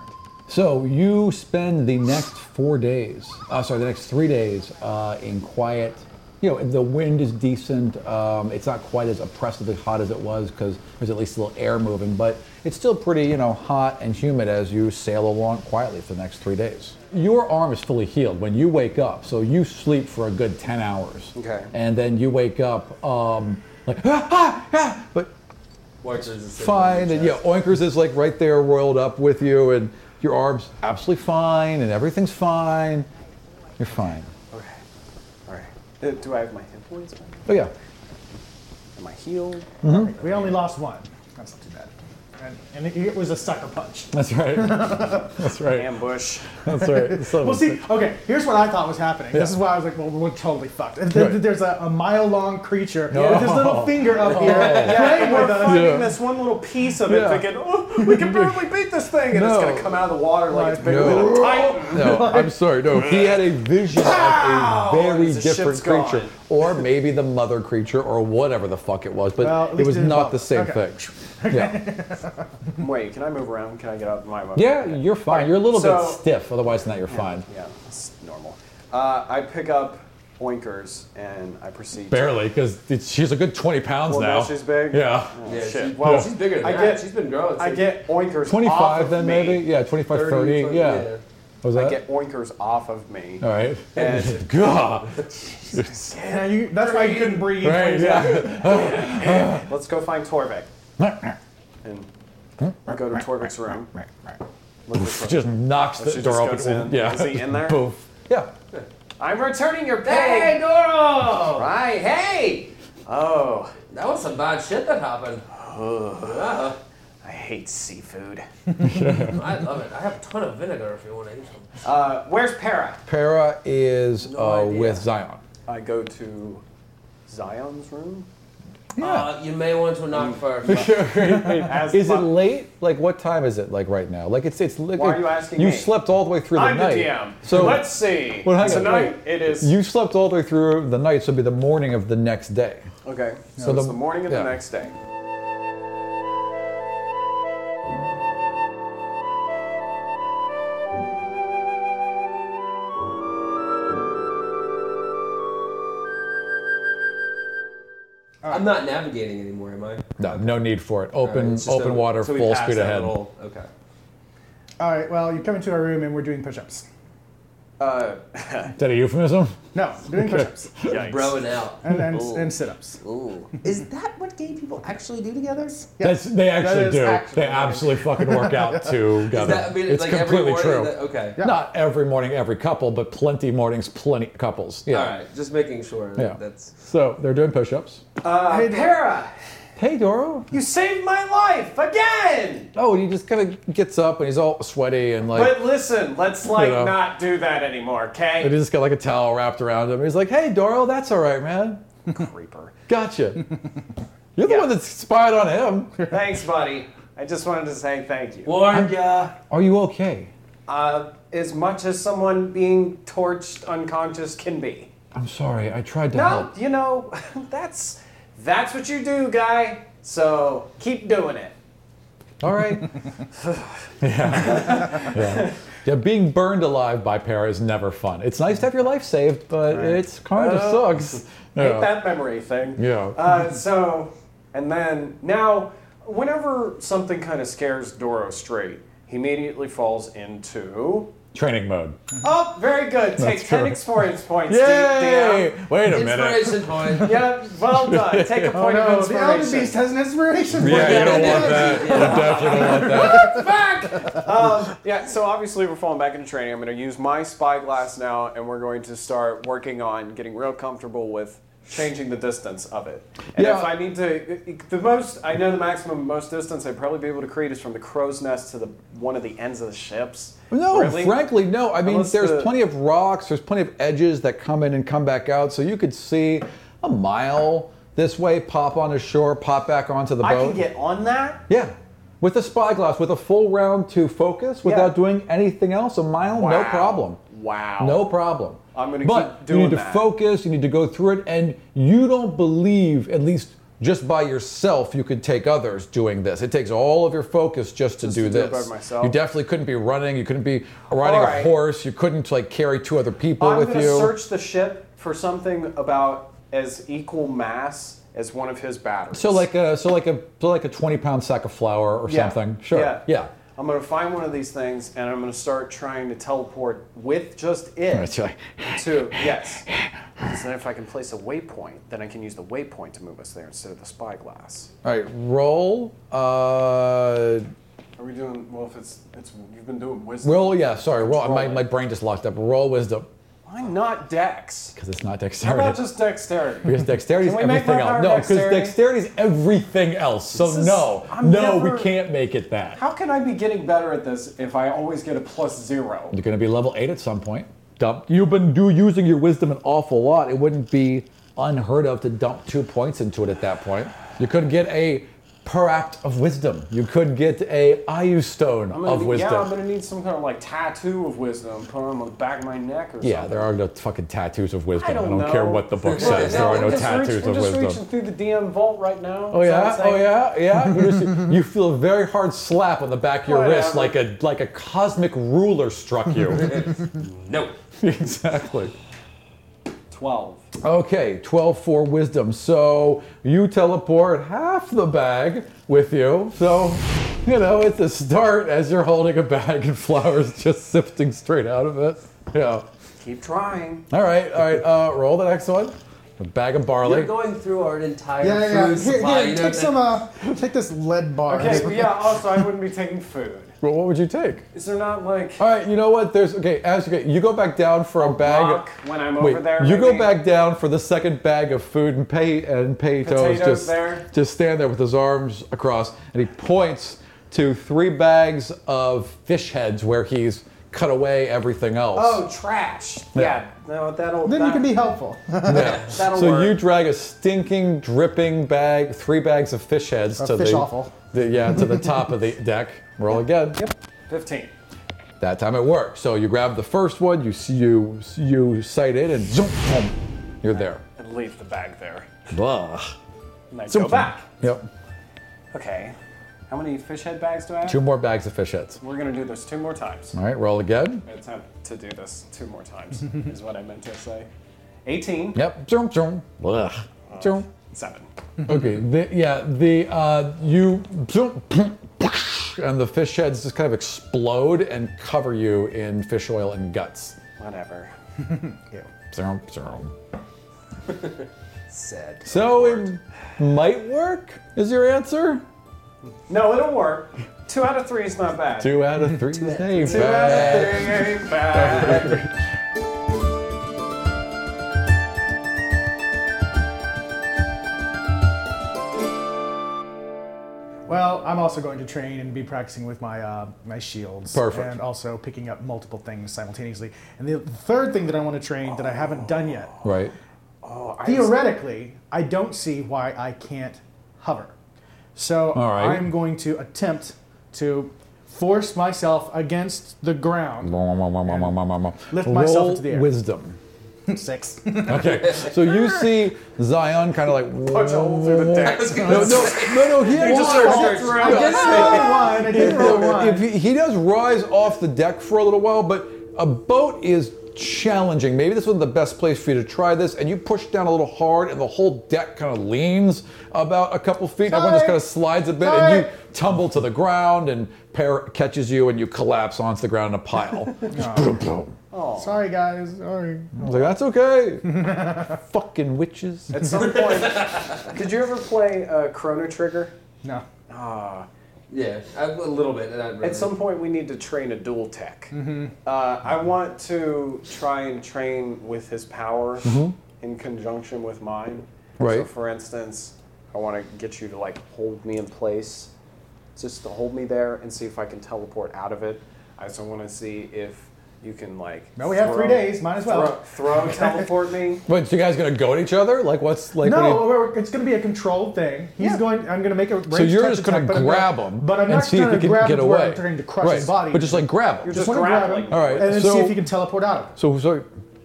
A: So you spend the next four days, uh, sorry, the next three days uh, in quiet. You know, the wind is decent. Um, it's not quite as oppressively hot as it was because there's at least a little air moving, but it's still pretty, you know, hot and humid as you sail along quietly for the next three days. Your arm is fully healed when you wake up, so you sleep for a good 10 hours.
H: Okay.
A: And then you wake up um, like, ah, ah, ah, but fine. And yeah, Oinkers is like right there roiled up with you, and your arm's absolutely fine, and everything's fine. You're fine.
J: Okay. All right. Uh, Do I have my hit points? back?
A: Oh, yeah.
J: Am I healed?
F: Alright, we only lost one. That's not too bad. And, and it, it was a sucker punch.
A: That's right. That's right.
J: Ambush.
A: That's right. So-
F: well, see, okay, here's what I thought was happening. This
A: Yeah.
F: is why I was like, well, we're totally fucked. If
A: Right.
F: There's a, a mile long creature
A: No.
F: with his little finger up here.
J: Yeah,
F: playing
J: and we're
F: with us.
J: finding this one little piece of it,
F: Yeah.
J: thinking, oh, we can barely beat this thing, and it's
A: No.
J: gonna come out of the water like it's bigger
A: No.
J: than a titan.
A: No, I'm sorry. No, he had a vision of a very
J: The
A: different
J: ship's gone.
A: creature, or maybe the mother creature, or whatever the fuck it was. But
J: Well, at
A: it
J: least
A: was
J: it didn't
A: not
J: bother.
A: the same
J: Okay.
A: thing. Yeah.
J: Wait, can I move around? Can I get out of my way?
A: Yeah, you're fine. You're a little
J: So-
A: bit stiff. Otherwise, than that you're
J: Yeah,
A: fine.
J: Yeah, that's normal. Uh, I pick up Oinkers and I proceed.
A: Barely, because she's a good 20 pounds
J: Well,
A: now.
J: now she's big.
A: Yeah.
J: Oh, Yeah, shit. she's-
A: Well,
J: she's bigger than I that. get- She's been growing I since- get Oinkers
A: 25
J: off of
A: then
J: me.
A: maybe? Yeah, 25, 30.
J: 30,
A: yeah.
J: yeah.
A: What was that?
J: I get Oinkers off of me.
A: All right.
J: And
A: God.
F: Yeah, you, that's why you couldn't breathe.
A: Right,
J: yeah. Let's go find Torvik. And I go to Torvik's room. Look
A: Poof,
J: for-
A: just knocks the
J: She
A: door
J: just
A: open.
J: goes in.
A: Yeah.
J: Is he in there?
A: Poof. Yeah.
J: I'm returning your pig.
H: Hey, Doro! Right, hey!
J: Oh.
H: That was some bad shit that happened.
J: Ugh.
H: Yeah.
J: I hate seafood.
H: I love it. I have a ton of vinegar if you want to eat some.
J: Uh, where's Para?
A: Para is
J: No
A: uh,
J: idea.
A: with Zion.
J: I go to Zion's room.
H: Uh, you may want to
A: Mm.
H: knock first.
J: As
A: is it
J: my-
A: late? Like what time is it? Like right now? Like it's it's. Like,
J: Why are you asking
A: You
J: me?
A: slept all the way through
J: I'm
A: the
J: the
A: night.
J: DM. Let's see.
A: hang on,
J: Tonight
A: wait.
J: it is-
A: You slept all the way through the night, so it'd be the morning of the next day.
J: Okay. So,
A: So
J: it's
A: the-
J: the morning of
A: yeah.
J: the next day.
H: I'm not navigating anymore, am I?
A: No, no need for it. Open
H: Alright, it's just
A: Mm, open
H: a-
A: water,
H: so we
A: full
H: pass
A: speed
H: that
A: ahead.
H: little- okay.
F: All right, well, you come into our room and we're doing push ups.
J: Uh,
A: Is that a euphemism?
F: No, doing
A: Okay.
F: push ups.
H: Yikes. Bro it out.
F: And, and,
H: Ooh.
F: and sit ups.
H: Ooh. Is that what gay people actually do together?
A: That's, they actually
F: is
A: do.
F: actually
A: they absolutely fucking work out too. Got
H: that-
A: it.
H: I mean,
A: it's
H: like, every
A: completely
H: morning
A: true.
H: that- okay. Yeah.
A: Not every morning, every couple, but plenty mornings, plenty couples. Yeah.
H: All right, just making sure. That,
A: Yeah.
H: That's
A: So they're doing push-ups.
J: Uh, Para,
A: Hey, Doro.
J: you saved my life again.
A: Oh, and he just kind of gets up and he's all sweaty and like.
J: but listen, let's like
A: You know.
J: not do that anymore, okay?
A: and he's just got like a towel wrapped around him. He's like, "Hey, Doro, that's all right, man.
J: Creeper.
A: Gotcha. You're the one that spied on him.
J: Thanks, buddy. I just wanted to say thank you.
H: Warned ya.
A: Are you okay?
J: Uh, as much as someone being torched unconscious can be.
A: I'm sorry. I tried to
J: no,
A: help.
J: you know, that's that's what you do, guy. So keep doing it.
A: All right. yeah. yeah. Yeah, being burned alive by para is never fun. It's nice to have your life saved, but it's kind of
J: Uh,
A: sucks.
J: Hate
A: Yeah.
J: that memory thing.
A: Yeah.
J: Uh, so, and then now, whenever something kind of scares Doro straight, he immediately falls into.
A: Training mode.
J: Oh, very good. Take
A: That's
J: ten
A: true.
J: experience points. D-
A: Yay!
J: DM.
A: Wait a minute.
H: point.
J: yep, well done. Take a
F: Oh,
J: point
F: no,
J: of
F: the elder
J: inspiration.
F: beast has an inspiration point.
A: Yeah, you don't want that. You definitely don't want that.
J: Um, yeah, so obviously we're falling back into training. I'm going to use my spyglass now, and we're going to start working on getting real comfortable with changing the distance of it. And
A: Yeah.
J: if I need to, the most I know the maximum most distance I'd probably be able to create is from the crow's nest to the one of the ends of the ships.
A: No,
J: Really?
A: frankly, no. I mean,
J: Unless
A: there's
J: the-
A: plenty of rocks, there's plenty of edges that come in and come back out, so you could see. a mile this way, pop onto shore, pop back onto the boat.
S: I can get on that.
A: Yeah. With a spyglass, with a full round to focus, without doing anything else, a mile, no
J: Wow.
A: problem.
J: Wow.
A: No problem.
J: I'm gonna
A: but
J: keep doing
A: you need
J: that.
A: to focus. You need to go through it, and you don't believe, at least just by yourself, you could take others doing this. It takes all of your focus just to do
J: to do
A: this.
J: it by myself?
A: You definitely couldn't be running. You couldn't be riding
J: Alright.
A: a horse. You couldn't like carry two other people
J: I'm
A: with
J: gonna
A: you.
J: search the ship for something about as equal mass as one of his batteries.
A: so like a so like a so like a twenty pound sack of flour or
J: Yeah.
A: something. Sure.
J: Yeah.
A: yeah.
J: I'm gonna find one of these things and I'm gonna start trying to teleport with just it
A: That's right.
J: to yes. Because then if I can place a waypoint, then I can use the waypoint to move us there instead of the spyglass.
A: All right. Roll. Uh,
J: Are we doing well? If it's it's you've been doing wisdom.
A: roll. Yeah. Sorry. Roll. My, my brain just locked up. Roll wisdom
J: Why not Dex?
A: because it's not
J: How
A: dexterity.
J: about just dexterity?
A: Because dexterity is
J: Can we make
A: everything else.
J: that our
A: No, because
J: dexterity?
A: dexterity is everything else. So
J: This is-
A: no,
J: I'm
A: no,
J: never-
A: we can't make it that.
J: How can I be getting better at this if I always get a plus zero?
A: You're gonna be level eight at some point. Dump. You've been do using your wisdom an awful lot. It wouldn't be unheard of to dump two points into it at that point. You could get a per act of wisdom. You could get a Ayu stone
J: I'm gonna
A: of
J: need-
A: wisdom.
J: Yeah, I'm gonna need some kind of like tattoo of wisdom put on the back of my neck or
A: Yeah,
J: something.
A: there are no fucking tattoos of wisdom.
J: I
A: I
J: don't,
A: don't, care
J: know.
A: what the book
J: Right,
A: says. There
J: now
A: are
J: we're
A: no
J: just reach-
A: tattoos
J: we're
A: of
J: just
A: wisdom.
J: reaching through the DM vault right now.
A: Oh
J: is
A: yeah,
J: that what I'm
A: oh
J: saying?
A: yeah, yeah. You, just- you feel a very hard slap on the back of your wrist, like
J: Whatever.
A: a like a cosmic ruler struck you. no. Exactly.
J: Twelve.
A: Okay, 12 for wisdom. So you teleport half the bag with you. So, you know, it's a start as you're holding a bag and flowers just sifting straight out of it. Yeah.
J: Keep trying.
A: All right, all right. Uh, roll the next one. A bag of barley.
T: You're going through our entire
A: Yeah,
T: food
A: yeah, yeah. Here,
T: supply.
A: here,
T: you know,
A: take
T: that-
F: Some, uh, take this lead bar.
J: Okay, but yeah. Also, I wouldn't be taking food.
A: Well, what would you take?
J: Is there not like
A: All right, you know what? There's okay. As okay, you go back down for a, bag.
J: rock when I'm
A: wait,
J: over there?
A: you go
J: maybe?
A: back down for the second bag of food and pay and potatoes.
J: Potatoes
A: Just
J: there.
A: just stand there with his arms across, and he points to three bags of fish heads where he's cut away everything else.
J: Oh, trash. Yeah. No, that'll.
F: Then you can be helpful.
A: Yeah.
J: That'll
A: so
J: work.
A: you drag a stinking, dripping bag, three bags of fish heads
F: Or
A: to
F: fish
A: the,
F: offal.
A: the- yeah to the top of the deck. Roll again.
J: Fifteen.
A: That time it worked. So you grab the first one, you see you you sight it, and zoom, boom, you're there.
J: And leave the bag there.
A: Blah.
J: And then
A: Zoom.
J: go back.
A: Yep.
J: Okay. How many fish head bags do I have?
A: Two more bags of fish heads.
J: We're gonna do this two more times.
A: All right, roll again.
J: Attempt to do this two more times is what I meant to say. Eighteen.
A: Yep. Zoom, zoom. Blah. Zoom.
J: Seven.
A: Okay. The, yeah. The uh, you zoom, boom, whoosh, and the fish heads just kind of explode and cover you in fish oil and guts.
J: Whatever.
A: Zoom, zoom.
T: Sad.
A: So it might work. Is your answer?
J: No, it'll work. Two out of three is not bad.
A: Two out of three. Two
J: Two out of three ain't bad.
F: Well, I'm also going to train and be practicing with my uh, my shields.
A: Perfect.
F: And also picking up multiple things simultaneously. And the third thing that I want to train that I haven't done yet.
A: Right.
F: Theoretically, I don't see why I can't hover. So
A: All right.
F: I'm going to attempt to force myself against the ground.
A: Lift
F: Lift myself into the air.
A: Wisdom.
F: Six.
A: Oh. Okay. So you see Zion kind of like punch a hole through the deck. No, no, no, no. He
F: You just
A: well,
F: started
A: well,
F: I did roll one, I did roll
A: if-
F: one.
A: if he, he does rise off the deck for a little while, but a boat is challenging. Maybe this was the best place for you to try this, and you push down a little hard, and the whole deck kind of leans about a couple feet. Everyone just
F: Sorry.
A: kind of slides a bit,
F: Sorry.
A: and you tumble to the ground, and Pear catches you, and you collapse onto the ground in a pile. Just boom, boom.
F: Sorry, guys. Sorry.
A: I was like, that's okay. Fucking witches.
J: At some point, did you ever play uh, Chrono Trigger?
F: No.
J: Ah.
H: Yeah, a little bit. not really.
J: At some point, we need to train a dual tech.
A: Mm-hmm.
J: Uh, I want to try and train with his power
A: Mhm.
J: in conjunction with mine. So,
A: Right.
J: for instance, I want to get you to like hold me in place, just to hold me there and see if I can teleport out of it. I also want to see if You can like.
F: No, we have three
J: throw-
F: days, might as well.
J: Throw, throw teleport me.
A: Wait, so you guys gonna go at each other? Like what's like? what do
F: no,
A: you-
F: we're- it's going to be a controlled thing. He's going. I'm going to make a.
A: so
F: ranged
A: you're
F: touch
A: just gonna
F: attack, but I'm
A: grab
F: gonna-
A: him,
F: but I'm
A: and
F: not
A: see if
F: gonna
A: he can
F: grab
A: get
F: him to where
A: away.
F: I'm trying to crush
A: right.
F: his body.
A: but just like grab him.
F: You're
A: wanna grab him. All right,
F: and then
A: so,
F: see if he can teleport out of it.
A: So, so,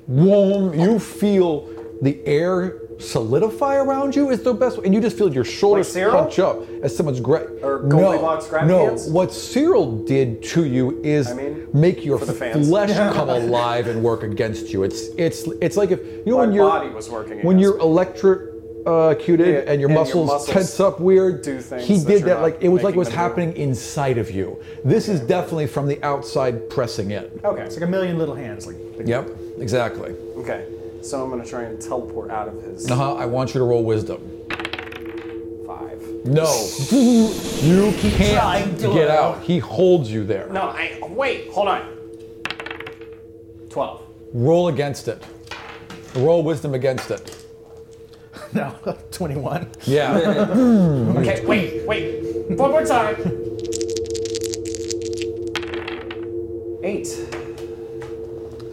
A: whoom, you feel the air solidify around you is the best way. And you just feel your shoulders
J: Like Cyril?
A: crunch up as someone's gra-
J: Or
A: no,
J: Goldilocks grab
A: no.
J: hands?
A: What Cyril did to you is make your
J: for the fans.
A: flesh come alive and work against you. It's it's it's like if you know
J: My
A: when your
J: body was working
A: when
J: against
A: you're electrocuted
J: Yeah,
A: and your
J: and your
A: muscles,
J: muscles
A: tense up weird.
J: do things
A: he
J: that
A: did
J: you're
A: that
J: not
A: like it was like
J: making
A: it was
J: them do.
A: happening inside of you. This is definitely from the outside pressing in.
J: Okay.
F: It's like a million little hands. Like
A: Yep, exactly.
J: Okay. So I'm gonna try and teleport out of his
A: Uh-huh, I want you to roll wisdom.
J: five.
A: No, you can't
J: Try to.
A: get out. He holds you there.
J: No, I wait. Hold on. Twelve.
A: Roll against it. Roll wisdom against it.
F: no, 21.
A: Yeah.
J: Okay. Wait. Wait. One more time. Eight.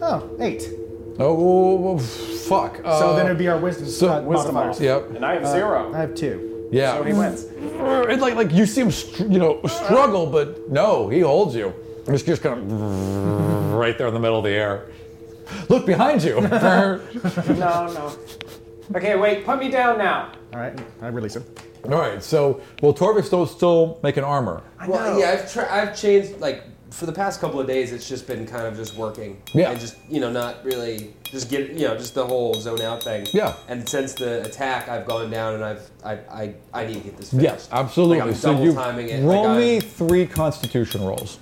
F: Oh, eight.
A: Oh, well, fuck.
F: so
A: Uh,
F: then it'd be our wisdom.
A: so-
F: uh, modifiers.
A: Yep.
J: And I have
F: Uh,
J: zero.
F: I have two.
A: Yeah.
J: So he wins.
A: And like, like you see him, str- you know, struggle, but no, he holds you. It's just kind of right there in the middle of the air. Look behind you.
J: No, no. Okay, wait. Put me down now.
F: All right, I release him.
A: All right, so well, Torvik still still making armor.
H: Well, yeah, I've tra- I've changed like for the past couple of days. It's just been kind of just working.
A: Yeah.
H: And just you know, not really just get you know just the whole zone out thing.
A: Yeah.
H: And since the attack, I've gone down and I've I I, I need to get this.
A: Yes, absolutely.
H: Like, I'm
A: so
H: double
A: you
H: timing it,
A: roll
H: like,
A: me three Constitution rolls.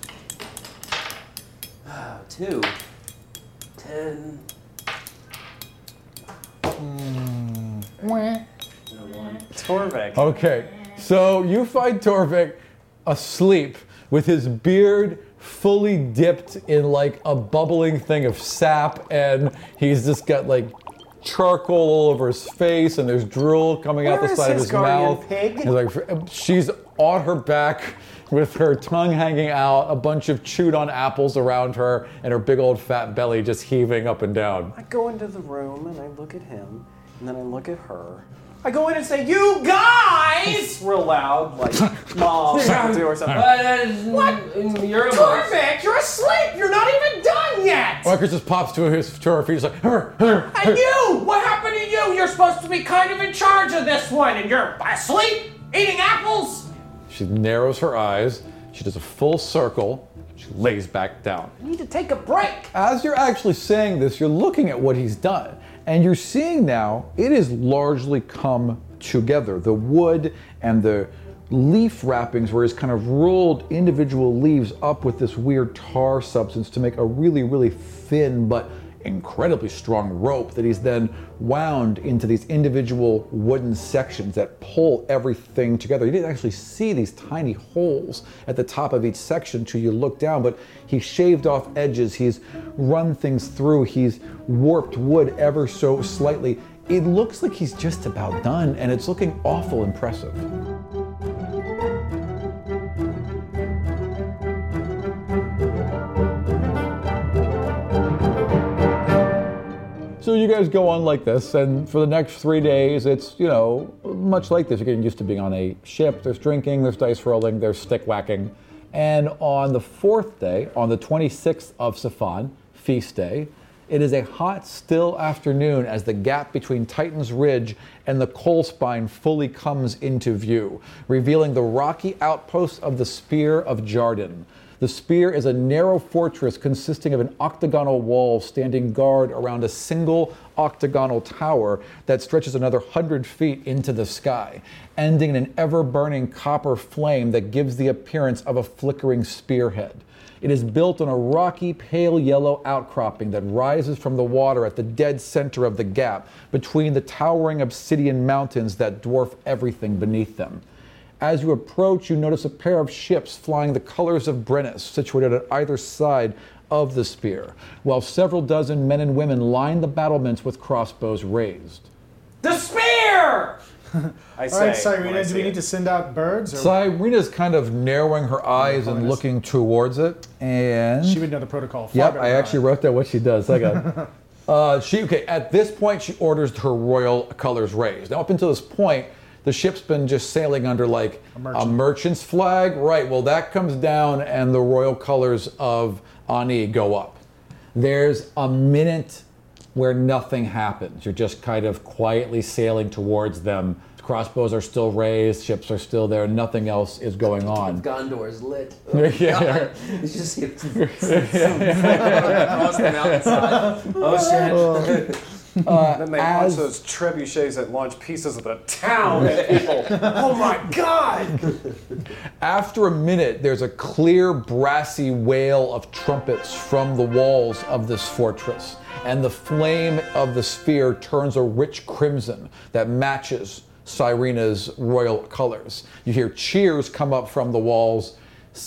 H: Oh, two. Ten.
F: Hmm.
J: Torvik.
A: Okay, so you find Torvik asleep with his beard fully dipped in like a bubbling thing of sap, and he's just got like charcoal all over his face, and there's drool coming out
J: Where
A: the
J: is
A: side of
J: his
A: his
J: guardian
A: mouth.
J: pig?
A: He's like, she's on her back with her tongue hanging out, a bunch of chewed on apples around her, and her big old fat belly just heaving up and down.
J: I go into the room and I look at him, and then I look at her. I go in and say, "You guys!" real loud, like mom do or something.
H: what? In your
J: Torvik, you're asleep. You're not even done yet.
A: Rucker just pops to his to her feet. He's like, "Hur, hur, hur."
J: And you, what happened to you? You're supposed to be kind of in charge of this one, and you're asleep, eating apples.
A: She narrows her eyes. She does a full circle. She lays back down.
J: You need to take a break.
F: Uh.
A: As you're actually saying this, you're looking at what he's done, and you're seeing now it has largely come together. The wood and the leaf wrappings, where he's kind of rolled individual leaves up with this weird tar substance to make a really, really thin but incredibly strong rope that he's then wound into these individual wooden sections that pull everything together. You didn't actually see these tiny holes at the top of each section till you look down, but he shaved off edges, he's run things through, he's warped wood ever so slightly. It looks like he's just about done, and it's looking awful impressive. So you guys go on like this, and for the next three days, it's you know much like this. You're getting used to being on a ship. There's drinking, there's dice rolling, there's stick whacking, and on the fourth day, on the 26th of Safan, feast day, it is a hot, still afternoon as the gap between Titan's Ridge and the Coal Spine fully comes into view, revealing the rocky outposts of the Spear of Jarden. The spear is a narrow fortress consisting of an octagonal wall standing guard around a single octagonal tower that stretches another hundred feet into the sky, ending in an ever burning copper flame that gives the appearance of a flickering spearhead. It is built on a rocky, pale yellow outcropping that rises from the water at the dead center of the gap between the towering obsidian mountains that dwarf everything beneath them. As you approach, you notice a pair of ships flying the colors of Brennus, situated on either side of the spear, while several dozen men and women line the battlements with crossbows raised.
J: The spear! I
F: All right,
J: say when I
F: Cyrena, do
J: see
F: we
J: it.
F: need to send out birds? Or
A: Cyrena's kind of narrowing her eyes and
F: Bonus.
A: looking towards it, and
F: She would know the protocol. Far
A: Yep,
F: better
A: I
F: than
A: actually wrote down what she does. I got. uh, she okay. At this point, she orders her royal colors raised. Now, up until this point, the ship's been just sailing under like a, merchant's flag, right? Well, that comes down, and the royal colors of Ani go up. There's a minute where nothing happens. You're just kind of quietly sailing towards them. Crossbows are still raised, ships are still there, nothing else is going on.
T: Gondor is lit.
H: Oh
A: Yeah, yeah.
T: God. It's just
J: Across the mountainside. Oh, shit.
A: Uh,
J: then they
A: as-
J: launch those trebuchets that launch pieces of the town at people. oh my god!
A: After a minute, there's a clear, brassy wail of trumpets from the walls of this fortress, and the flame of the sphere turns a rich crimson that matches Cyrena's royal colors. You hear cheers come up from the walls.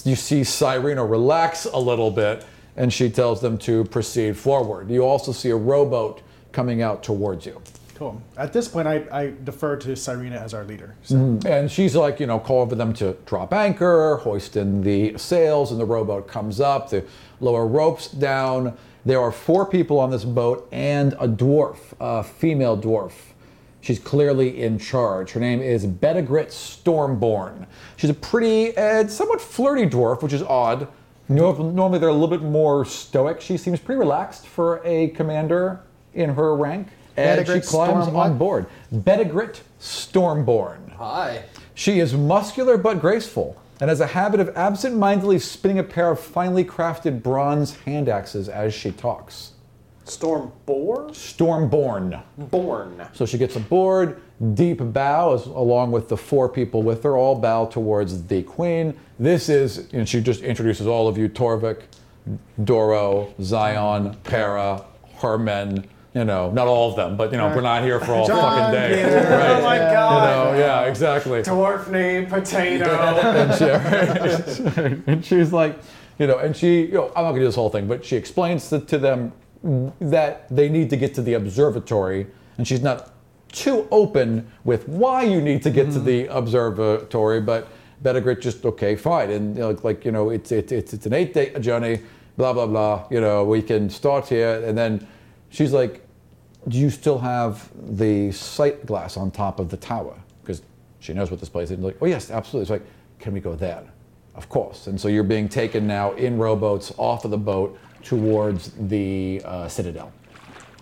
A: You see Cyrena relax a little bit, and she tells them to proceed forward. You also see a rowboat coming out towards you.
F: that. Cool. At this point, I, I defer to Cyrena as our leader.
A: Mhm. And she's like, you know, calling for them to drop anchor, hoist in the sails, and the rowboat comes up, the lower ropes down. There are four people on this boat and a dwarf, a female dwarf. She's clearly in charge. Her name is Betagrit Stormborn. She's a pretty and somewhat flirty dwarf, which is odd. Nor- Normally they're a little bit more stoic. She seems pretty relaxed for a commander in her rank. And she
F: Betagrit
A: climbs
F: Storm
A: on
F: what?
A: board. Betagrit Stormborn.
T: Hi.
A: She is muscular but graceful, and has a habit of absent-mindedly spinning a pair of finely crafted bronze hand axes as she talks.
J: Storm boar?
A: Stormborn.
J: Born.
A: So she gets aboard, deep bow, as, along with the four people with her, all bow towards the queen. This is, and she just introduces all of you Torvik, Doro, Zion, Para, Herman. You know, not all of them, but you know, we're not here for all
J: John
A: fucking day.
J: Gator.
A: Right.
J: Oh my
A: You
J: God.
A: know, yeah, exactly.
J: Dwarf name, potato.
A: and, she, and she's like, you know, and she, you know, I'm not gonna do this whole thing, but she explains to, to them that they need to get to the observatory, and she's not too open with why you need to get to the observatory, but Betagrit just okay, fine, and you know, like you know, it's it's it's it's an eight day journey, blah blah blah. You know, we can start here, and then she's like, do you still have the sight glass on top of the tower? Because she knows what this place is. And like, oh yes, absolutely. It's like, can we go there? Of course. And so you're being taken now in rowboats off of the boat towards the uh, citadel.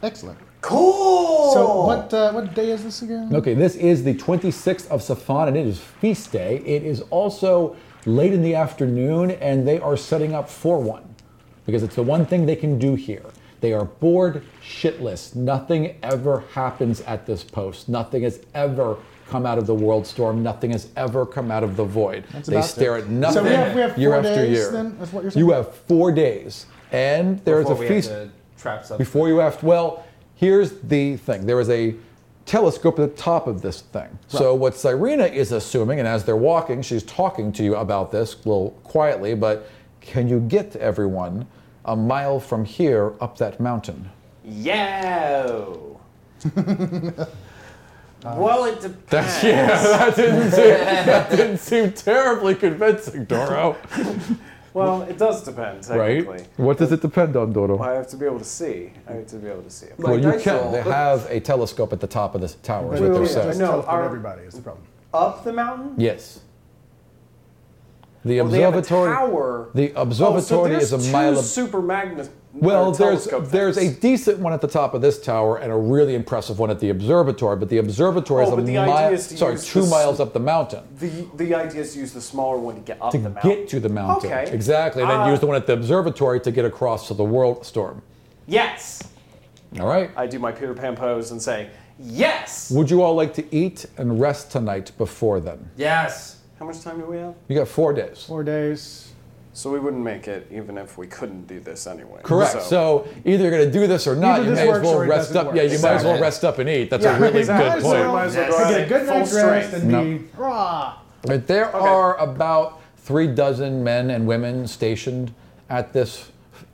F: Excellent.
T: Cool.
F: So what uh, what day is this again?
A: Okay, this is the 26th of Safan, and it is feast day. It is also late in the afternoon, and they are setting up for one because it's the one thing they can do here. They are bored shitless. Nothing ever happens at this post. Nothing has ever come out of the world storm. Nothing has ever come out of the void. they
F: about
A: stare
F: it.
A: at nothing
F: So we have- we have
A: year
F: four
A: after
F: days
A: year.
F: then, is what you're
A: you
F: saying?
A: have four days, and there is
H: Before we
A: a
H: have
A: feast.
H: the traps up.
A: Before you have, well, here's the thing. There is a telescope at the top of this thing. So what Cyrena is assuming, and as they're walking, she's talking to you about this a little quietly, but can you get everyone a mile from here up that mountain?
S: Yo. well, it depends.
A: That's, yeah, that didn't, seem, that didn't seem terribly convincing, Doro.
J: Well, it does depend, technically.
A: Right? What does it depend on, Doro?
J: I have to be able to see. I have to be able to see. it.
A: well, you can. They have a telescope at the top of this tower, is
J: Wait,
A: what they're
J: wait, wait,
A: saying.
J: no,
F: Teleport
J: our-
F: everybody is the problem.
J: Up the mountain?
A: Yes. The
J: Well, they have a
A: observatory.
J: tower.
A: The
J: Oh, so
A: observatory
J: there's
A: is a
J: two
A: mile. ab-
J: super magnus.
A: well,
J: or
A: there's
J: telescope
A: there's a
J: things.
A: decent one at the top of this tower and a really impressive one at the observatory, but the observatory
J: Oh,
A: is a
J: but the idea
A: mile.
J: is to
A: sorry,
J: use
A: two
J: the s-
A: miles up the mountain
J: the the idea is to use the smaller one to get up
A: to
J: the mountain.
A: get to the mountain.
J: Okay.
A: Exactly, and then
J: Ah.
A: use the one at the observatory to get across to the world storm.
J: Yes.
A: All right.
J: I do my Peter Pan pose and say yes.
A: Would you all like to eat and rest tonight before then?
J: Yes. How much time do we have?
A: You got four days.
F: Four days.
J: So we wouldn't make it even if we couldn't do this anyway.
A: Correct. So, either you're going to do this or not, you
J: Either this
A: may as
J: works
A: well
J: or it
A: rest
J: doesn't
A: up.
J: work.
A: Yeah, you might as well
J: Exactly.
A: rest up and eat. That's
J: Yeah,
A: a really good
J: exactly. So
A: point.
J: we might as well go out
F: Get a good
J: full
F: night's
J: strength.
F: rest and
A: No.
F: be rah.
A: But there are about three dozen men and women stationed at this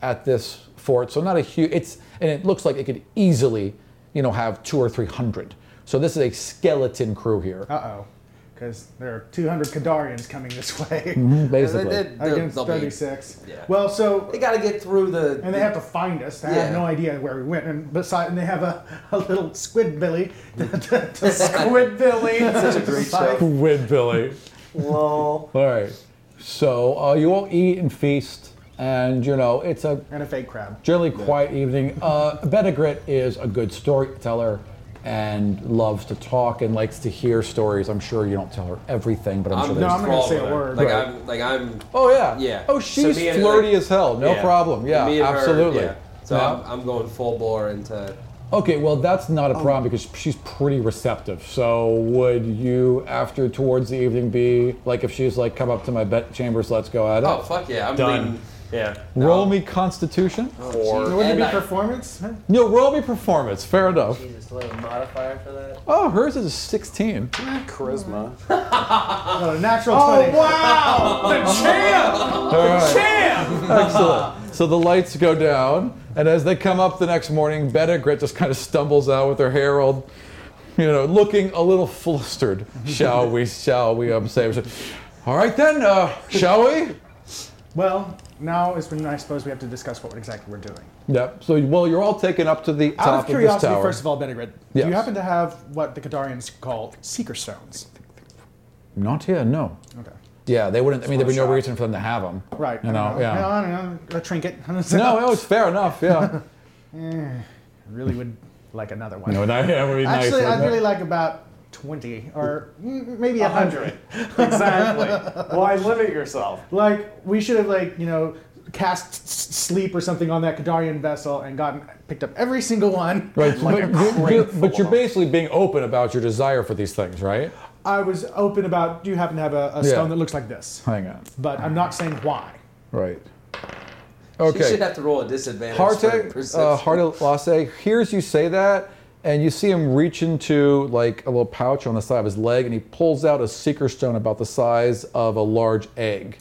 A: at this fort. So not a huge. It's and it looks like it could easily, you know, have two or three hundred. So this is a skeleton crew here.
F: Uh oh. Because there are 200 Kadarians coming this way.
A: Mhm, basically. They-
T: they-
F: Against
T: they'll be-
F: 36.
T: yeah.
F: Well, so.
T: They got to get through the.
F: And they have to find us. They have
T: Yeah.
F: no idea where we went. And beside, and they have a, a little squid billy. to, to, to squid billy.
A: Such a great show. Squid Billy.
F: Lol.
A: All right. So uh, you all eat and feast, and you know it's a
F: And a fake crab.
A: generally quiet evening. Uh, Betta Grit is a good storyteller and loves to talk and likes to hear stories. I'm sure you don't tell her everything, but I'm, sure.
H: I'm
A: there's-
H: just enthralled with her. Like I'm, like I'm.
A: Oh yeah.
H: Yeah.
A: Oh,
H: So
A: she's
H: me and-
A: flirty
H: like-
A: as hell. No problem. Yeah,
H: Me and her,
A: absolutely.
H: yeah. So
A: Yeah.
H: I'm, Oh. I'm going full bore into.
A: Okay, well, that's not a problem because she's pretty receptive. So, would you, after towards the evening, be like if she's like, come up to my bed chambers, let's go at it?
H: Oh fuck yeah! I'm
A: Done.
H: leading. Yeah.
A: Roll me Constitution.
H: Oh.
F: Would it be performance?
A: No, roll me performance. Fair enough.
T: Just a little modifier for that.
A: Oh, hers is a 16.
J: Charisma.
F: No, natural
J: Oh,
F: 20.
J: wow! The champ!
A: All
H: Oh.
A: right. Excellent. So the lights go down, and as they come up the next morning, Betta Grit just kind of stumbles out with her hair all, you know, looking a little flustered. Shall we? Shall we? I'm saying. All right then. Uh, shall we?
F: Well, now is when I suppose we have to discuss what exactly we're doing.
A: Yep. So, well, you're all taken up to the top
F: Out of
A: this
F: curiosity,
A: tower.
F: first of all, Benigrid, do
A: Yes.
F: you happen to have what the Kadarians call seeker stones?
A: Not here. No.
F: Okay.
A: Yeah, they wouldn't. I mean, there'd be
F: Smart
A: no
F: shot.
A: reason for them to have them.
F: Right.
A: You know.
F: No,
A: Yeah.
F: I don't know. A trinket.
A: No, no, it's fair enough. Yeah.
F: Eh, really would like another one.
A: No, that- that would be nice,
F: Actually,
A: wouldn't
F: I'd
A: it?
F: really like about 20 or mm, maybe 100.
J: exactly. Why limit yourself?
F: like, we should have, like, you know, cast s- s- sleep or something on that Kadarian vessel and gotten picked up every single one.
A: Right.
F: Like a
A: but, you-
F: crate
A: you-
F: full
A: but
F: of
A: you're
F: them.
A: basically being open about your desire for these things, right?
F: I was open about, do you happen to have a, a
A: Yeah.
F: stone that looks like this?
A: Hang on.
F: But I'm not saying why.
A: Right.
H: She
A: Okay.
H: should have to roll a disadvantage. for
A: Harte, uh,
H: perception.
A: Harte Lasse hears you say that, and you see him reach into like a little pouch on the side of his leg, and he pulls out a seeker stone about the size of a large egg.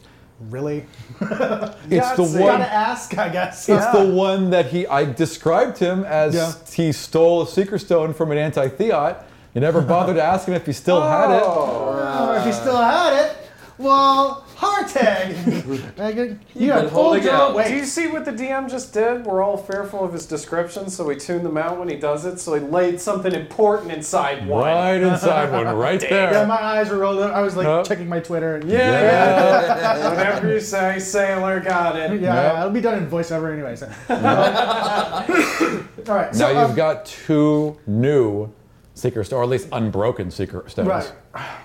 F: Really?
A: It's the
F: Gotta
A: one-
F: ask, I guess.
A: It's the one that he I described him as
F: Yeah.
A: he stole a seeker stone from an anti theot. You never bothered to ask him if he still had it.
F: Oh, if you still had it, well, Hartag. Megan, you have pulled your
J: Do you
F: weight.
J: see what the DM just did? We're all fearful of his description, so we tune them out when he does it. So he laid something important inside one.
A: Right inside one, right there.
F: Yeah, my eyes were rolled. up. I was like
A: Nope.
F: checking my Twitter. And,
J: Yeah,
A: Yeah.
J: yeah. Whatever you say, sailor, got
F: yeah,
J: it.
F: yeah, it'll be done in voiceover anyway. So. All right.
A: Now
F: So,
A: you've
F: um,
A: got two new seeker stones, or at least unbroken seeker stones.
F: right.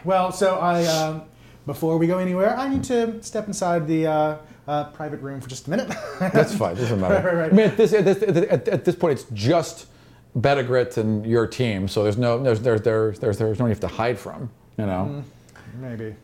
F: Well, so I, um, before we go anywhere, I need to step inside the uh, uh, private room for just a minute.
A: That's fine. Doesn't matter.
F: Right, right, right.
A: I mean, at this, at this, at, at this point, it's just Beta Grit and your team, so there's no there's there's there's there's, there's no one you have to hide from. You know.
F: Mm-hmm. Maybe.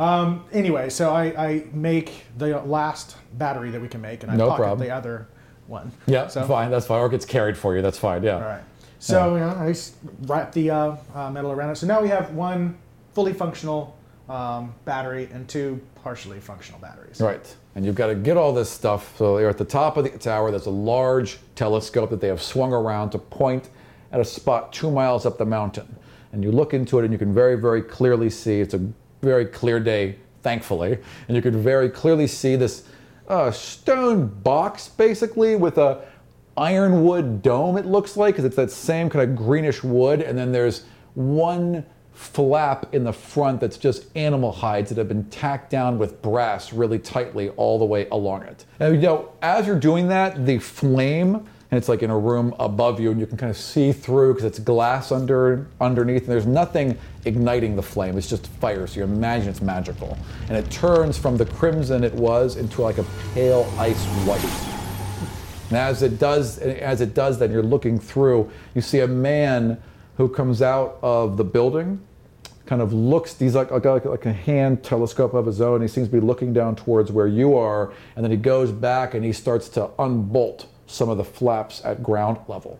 F: Um, anyway, so I, I make the last battery that we can make, and I
A: No
F: pocket
A: problem.
F: the other one.
A: Yeah,
F: So-
A: fine. That's fine. Or it gets carried for you. That's fine. Yeah.
F: All right. So you know, I s- wrap the uh, uh, metal around it. So now we have one fully functional um, battery and two partially functional batteries.
A: Right. And you've got to get all this stuff. So you're at the top of the tower. There's a large telescope that they have swung around to point at a spot two miles up the mountain. And you look into it and you can very, very clearly see it's a very clear day, thankfully. And you can very clearly see this uh, stone box basically with a ironwood dome it looks like because it's that same kind of greenish wood and then there's one flap in the front that's just animal hides that have been tacked down with brass really tightly all the way along it and you know as you're doing that the flame and it's like in a room above you and you can kind of see through because it's glass under underneath and there's nothing igniting the flame it's just fire so you imagine it's magical and it turns from the crimson it was into like a pale ice white and as it does, as it does, then you're looking through. You see a man who comes out of the building, kind of looks. He's like like, like, like a hand telescope of his own. He seems to be looking down towards where you are, and then he goes back and he starts to unbolt some of the flaps at ground level.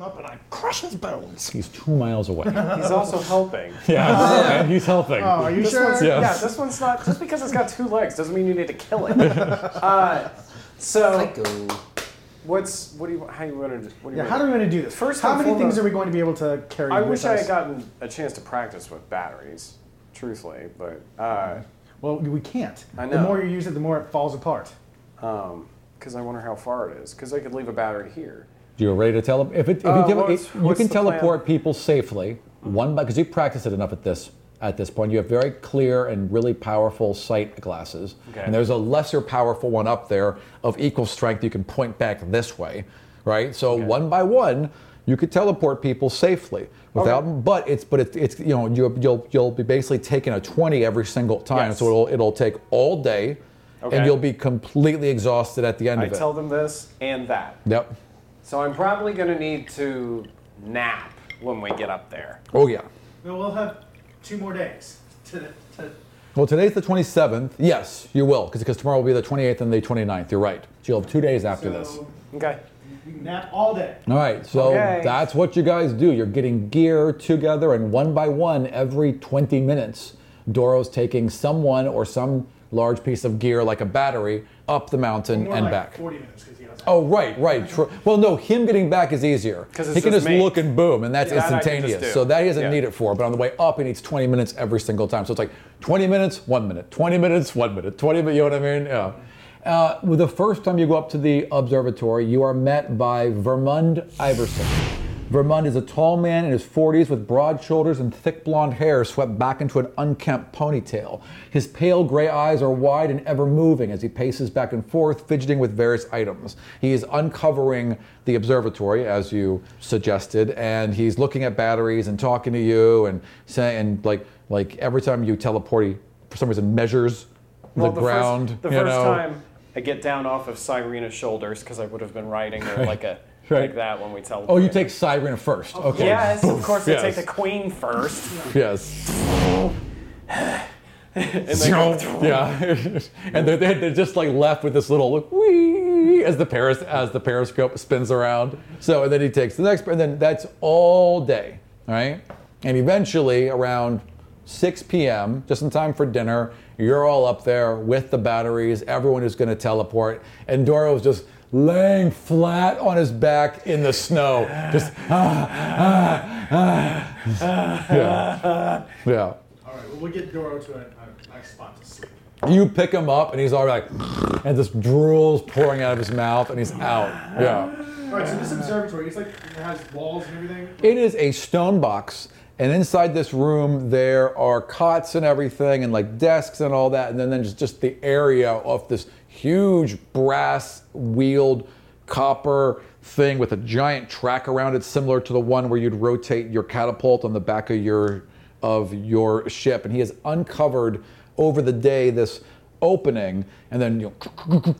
F: Up and I crush his bones.
A: He's two miles away.
J: He's also helping.
A: yeah, and he's helping.
J: Oh, are you
F: This
J: sure?
F: one's-
A: Yes.
J: Yeah, this one's not. Just because it's got two legs doesn't mean you need to kill it. uh, so, what's what do you how you want to what do you
F: Yeah, how are we going to do this?
J: First,
F: how
J: and
F: many things
J: foremost-
F: are we going to be able to carry?
J: I
F: with
J: wish I
F: us?
J: had gotten a chance to practice with batteries, truthfully, but
A: Mm-hmm.
J: uh,
F: Well, we can't.
J: I
F: The
J: know.
F: more you use it, the more it falls apart.
J: because I wonder how far it is. Because I could leave a battery here.
A: You're ready to tele- if it, if
J: Uh,
A: you, tele-
J: what's-
A: if you
J: what's
A: can
J: the plan?
A: teleport people safely one by because you practice it enough at this at this point. You have very clear and really powerful sight glasses,
G: Okay.
A: and there's a lesser powerful one up there of equal strength. You can point back this way, right? So one by one, you could teleport people safely without. But it's but it's, it's you know you'll, you'll you'll be basically taking a twenty every single time. So it'll it'll take all day,
J: Okay.
A: and you'll be completely exhausted at the end
J: I
A: of it.
J: tell them this and that.
A: yep.
J: So I'm probably going to need to nap when we get up there.
A: Oh yeah.
F: We'll have two more days to, to
A: Well, today's the 27th. Yes, you will, because tomorrow will be the 28th and the 29th. You're right. So you'll have two days after this.
J: Okay.
F: You can nap all day.
A: All right, so
F: Okay.
A: that's what you guys do. You're getting gear together, and one by one, every 20 minutes, Doro's taking someone or some large piece of gear, like a battery, up the mountain
F: More
A: and
F: like
A: back.
F: 40 minutes because he doesn't.
A: Oh, right, right. Tr- Well, no, him getting back is easier.
F: 'Cause it's
A: he can
F: just
A: just
F: me.
A: look and boom, and that's
F: Yeah, that I can just
A: instantaneous.
F: do.
A: so that he doesn't
F: Yeah.
A: need it for. But on the way up, he needs 20 minutes every single time. So it's like 20 minutes, one minute, 20 minutes, one minute, 20 minutes, you know what I mean? Yeah. Uh, well, the first time you go up to the observatory, you are met by Vermund Iverson. Vermund is a tall man in his 40s with broad shoulders and thick blonde hair swept back into an unkempt ponytail. His pale gray eyes are wide and ever moving as he paces back and forth, fidgeting with various items. He is uncovering the observatory, as you suggested, and he's looking at batteries and talking to you and saying, and like, like every time you teleport, he for some reason measures
J: Well,
A: the,
J: first-
A: ground.
J: the
A: you
J: first
A: know.
J: time I get down off of Cyrena's shoulders because I would have been riding her like a
A: Right.
J: like that when we tell.
A: Oh, you take Siren first. Okay.
J: Yes, of
A: Boof,
J: course. I
A: yes.
J: take the queen first.
A: Yes.
J: and then go-
A: yeah. and they're, they're just like left with this little like, wee as the paris as the periscope spins around. So and then he takes the next and then that's all day, all right? And eventually around 6 p.m., just in time for dinner, you're all up there with the batteries. Everyone is going to teleport, and Doro's just laying flat on his back in the snow, just ah, ah, ah. yeah, yeah.
F: All right, well, we'll get Doro to a, a nice spot to sleep.
A: You pick him up, and he's all like, and this drool's pouring out of his mouth, and he's out. Yeah.
F: All right, so this observatory, it's like, it has walls and everything.
A: It is a stone box, and inside this room there are cots and everything, and like desks and all that, and then, then just, just the area of this huge brass wheeled copper thing with a giant track around it, similar to the one where you'd rotate your catapult on the back of your of your ship. And he has uncovered over the day this opening and then you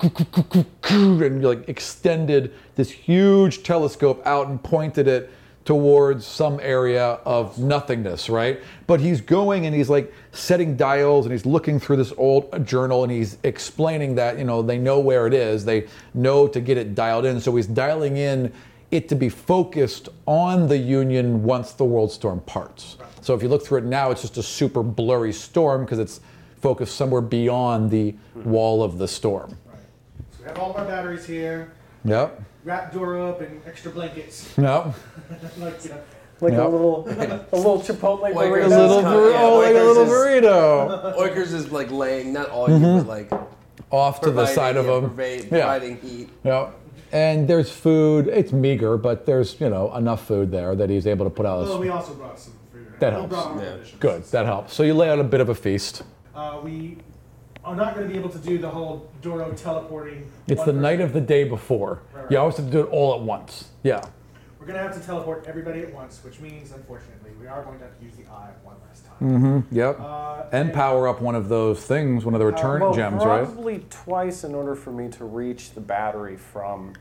A: know, and like extended this huge telescope out and pointed it towards some area of nothingness, right? But he's going and he's like setting dials and he's looking through this old journal and he's explaining that, you know, they know where it is, they know to get it dialed in. So he's dialing in it to be focused on the Union once the world storm parts. So if you look through it now, it's just a super blurry storm because it's focused somewhere beyond the wall of the storm.
F: So we have all of our batteries here,
A: Yep.
F: wrap Doro up in extra blankets.
A: Yep.
F: like, you know,
A: Like a Yep.
F: little, a little Chipotle
A: burrito. little bur- oh, like a little burrito.
T: Oikers is like laying, not all you,
A: Mhm.
T: but like
A: Off to the
T: providing-
A: side of
T: yeah,
A: them.
T: provi-
A: Yeah.
T: providing heat.
A: Yep. And there's food. It's meager, but there's you know enough food there that he's able to put out.
F: Well,
A: his-
F: oh, we also brought some food.
A: that
F: We brought
A: helps.
F: our own
A: Good. That helps. So you lay out a bit of a feast.
F: Uh, we are not going to be able to do the whole Doro teleporting.
A: It's
F: one
A: the
F: person.
A: night of the day before. You always have to do it all at once. Yeah.
F: We're going to have to teleport everybody at once, which means, unfortunately, we are going to have to use the eye one last time.
A: Mm-hmm. Yep.
F: Uh,
A: and power up one of those things, one of the return
J: Uh, well,
A: gems, right?
J: Probably twice in order for me to reach the battery from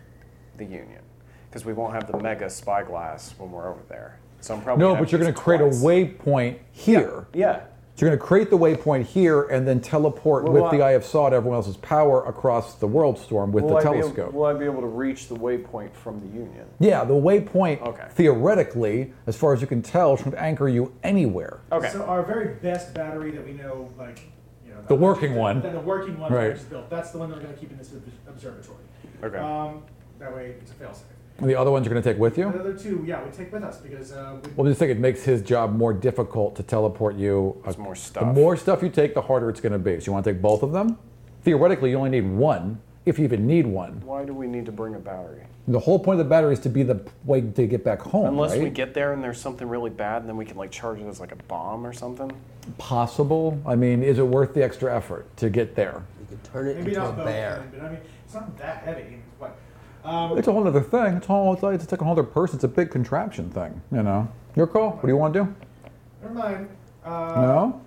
J: the Union, because we won't have the mega spyglass when we're over there. So I'm probably
A: No,
J: gonna
A: but you're going
J: have
A: to create a waypoint here.
J: Yeah.
A: So you're going to create the waypoint here and then teleport
J: Well,
A: with
J: why-
A: the Eye of Saw to everyone else's power across the world storm with
J: will
A: the
J: I be able-
A: telescope.
J: will I be able to reach the waypoint from the Union?
A: yeah, the waypoint, theoretically, as far as you can tell, should anchor you anywhere.
F: So our very best battery that we know, like, you know,
A: The working
F: the,
A: one.
F: the, the working one that we
A: Right.
F: just built. That's the one that we're going to keep in this ob- observatory.
A: Okay.
F: Um, That way it's a failsafe.
A: And the other ones you're going to take
T: Oh.
A: with you?
F: The other two, yeah, we take with us because uh, we,
A: Well, I'm just think it makes his job more difficult to teleport you. It's more stuff. The more stuff you take, the harder it's going to be. So you want to take both of them? Theoretically, you only need one, if you even need one.
J: Why do we need to bring a battery?
A: The whole point of the battery is to be the p- way to get back home,
J: Unless we
A: right?
J: get there and there's something really bad, and then we can like charge it as like a bomb or something.
A: Possible. I mean, is it worth the extra effort to get there?
T: Turn it
F: maybe
T: into a
F: not both,
T: bear.
F: but I mean it's not that heavy. What? Um,
A: It's a whole other thing. It's a whole. It's like it's like a whole other person. It's a big contraption thing. You know. Your call. What do you want to do?
F: never mind. Uh,
A: No?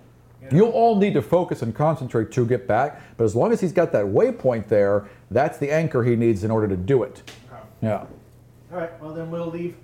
A: You'll all need to focus and concentrate to get back, but as long as he's got that waypoint there, that's the anchor he needs in order to do it. Yeah.
F: All right. Well, then we'll leave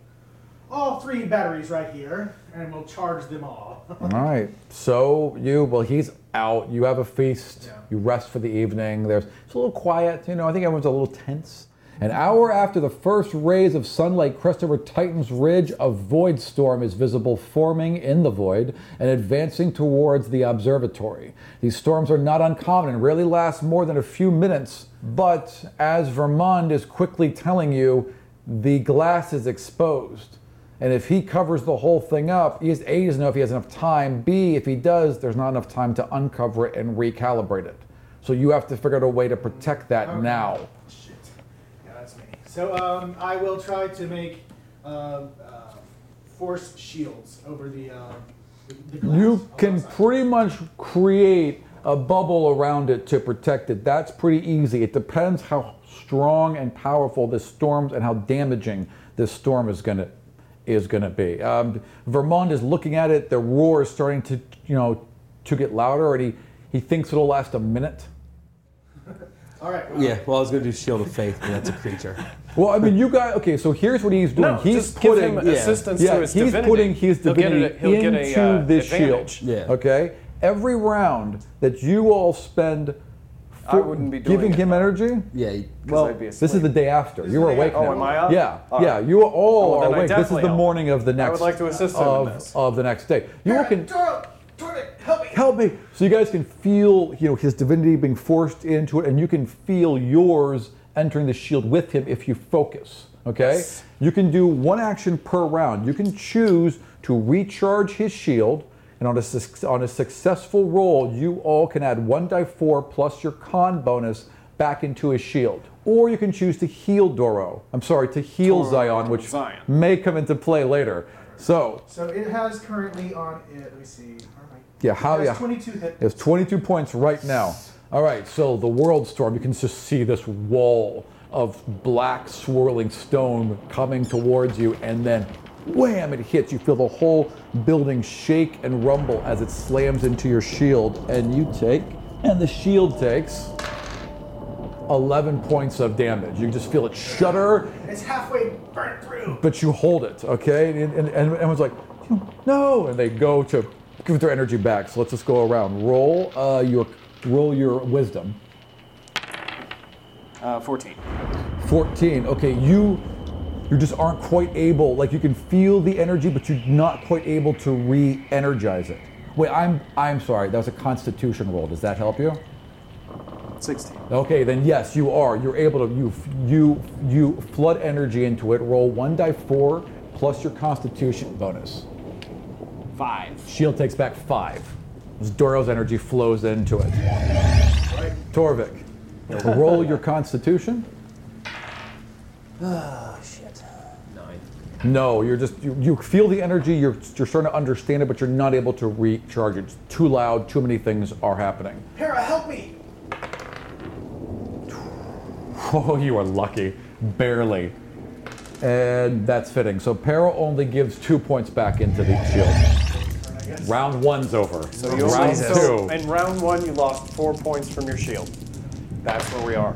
F: all three batteries right here, and we'll charge them all. Oh,
A: All right. So you, well, he's out. You have a feast. You rest for the evening. There's it's a little quiet. You know, I think everyone's a little tense. An hour after the first rays of sunlight crest over Titan's Ridge, a void storm is visible forming in the void and advancing towards the observatory. These storms are not uncommon and rarely last more than a few minutes, but as Vermond is quickly telling you, the glass is exposed. And if he covers the whole thing up, he is A, he doesn't know if he has enough time. B, if he does, there's not enough time to uncover it and recalibrate it. So you have to figure out a way to protect that now.
F: Yeah, that's me. So um, I will try to make um, uh, force shields over the. Uh, the, the
A: You can pretty much create a bubble around it to protect it. That's pretty easy. It depends how strong and powerful this storm and how damaging this storm is going to is going to be. Um, Vermont is looking at it. The roar is starting to you know to get louder, and he he thinks it'll last a minute.
F: all right.
T: Yeah, well, I was going to do Shield of Faith, but that's a creature.
A: Well, I mean, you got okay. So here's what he's doing.
T: No,
A: he's
T: just give
A: putting
T: him assistance
A: yeah,
T: to his
A: he's
T: divinity.
A: putting his
T: He'll get
A: divinity
T: a- he'll get
A: into
T: a, uh,
A: this
T: advantage.
A: shield.
T: Yeah.
A: Okay. Every round that you all spend,
J: I wouldn't be doing
A: giving
J: it,
A: him energy.
T: Yeah.
A: Well,
J: I'd be
A: this is the day after. you were awake now.
J: Oh, am I up?
A: Yeah.
J: All
A: Yeah.
J: right.
A: You all
J: Oh, well,
A: are
J: then I
A: awake. This is
J: definitely
A: the
J: am.
A: morning of the
J: I would
A: next.
J: like to assist him in
A: of,
J: this.
A: of the next day. You all can
F: Toro, Toro, help me.
A: help me. So you guys can feel, you know, his divinity being forced into it, and you can feel yours entering the shield with him if you focus. Okay? You can do one action per round. You can choose to recharge his shield, and on a, suc- on a successful roll, you all can add one die four plus your con bonus back into his shield. Or you can choose to heal Doro. I'm sorry, to heal
F: Doro.
A: Zion, which
F: Zion.
A: may come into play later. So
F: So it has currently on it. Let me see. Where am I?
A: yeah, how
F: It has
A: yeah.
F: 22 hit.
A: It's 22 points right now. All right, so the world storm, you can just see this wall of black swirling stone coming towards you and then wham it hits. You feel the whole building shake and rumble as it slams into your shield and you take and the shield takes 11 points of damage. You just feel it shudder
F: It's halfway burnt through.
A: but you hold it, okay? And, and, and everyone's like, no, and they go to give their energy back. So let's just go around. Roll uh, your roll your wisdom.
J: Uh, Fourteen.
A: 14 okay you you just aren't quite able like you can feel the energy but you're not quite able to re-energize it wait i'm i'm sorry that was a constitution roll does that help you
J: 16
A: okay then yes you are you're able to you you you flood energy into it roll one die four plus your constitution bonus
J: Five.
A: shield takes back five As doro's energy flows into it torvik roll your constitution
T: Oh, shit. Nine.
A: No, you're just you, you feel the energy. You're you're starting to understand it, but you're not able to recharge it. It's too loud. Too many things are happening.
F: Hera, help me.
A: Oh, you are lucky, barely. And that's fitting. So Para only gives two points back into the shield. Round one's over.
J: So you
A: Round
J: so
A: two.
J: in round one you lost four points from your shield. That's where we are.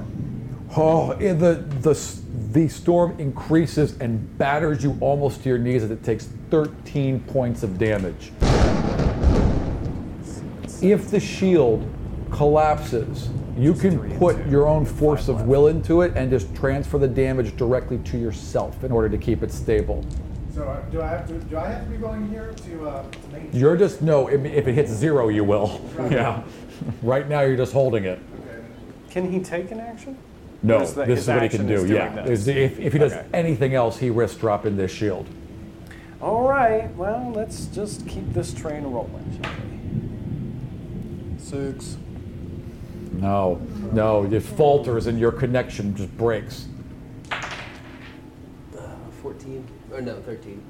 A: Oh, and the the s- the storm increases and batters you almost to your knees as it takes 13 points of damage. If the shield collapses, you can put your own force of will into it and just transfer the damage directly to yourself in order to keep it stable.
F: So uh, do I have to? Do I have to be going here to uh, to make?
A: You're just no. If if it hits zero, you will. Yeah. Right now, you're just holding it.
J: Can he take an action?
A: No,
J: Is the-
A: this
J: his
A: is what he can
J: action
A: do.
J: is doing
A: Yeah,
J: this.
A: Is the- if, if he does
J: Okay.
A: anything else, he risks dropping this shield.
J: All right. Well, let's just keep this train rolling, shall we? Six.
A: No, no, it falters and your connection just breaks.
T: Uh, 14 or no, 13.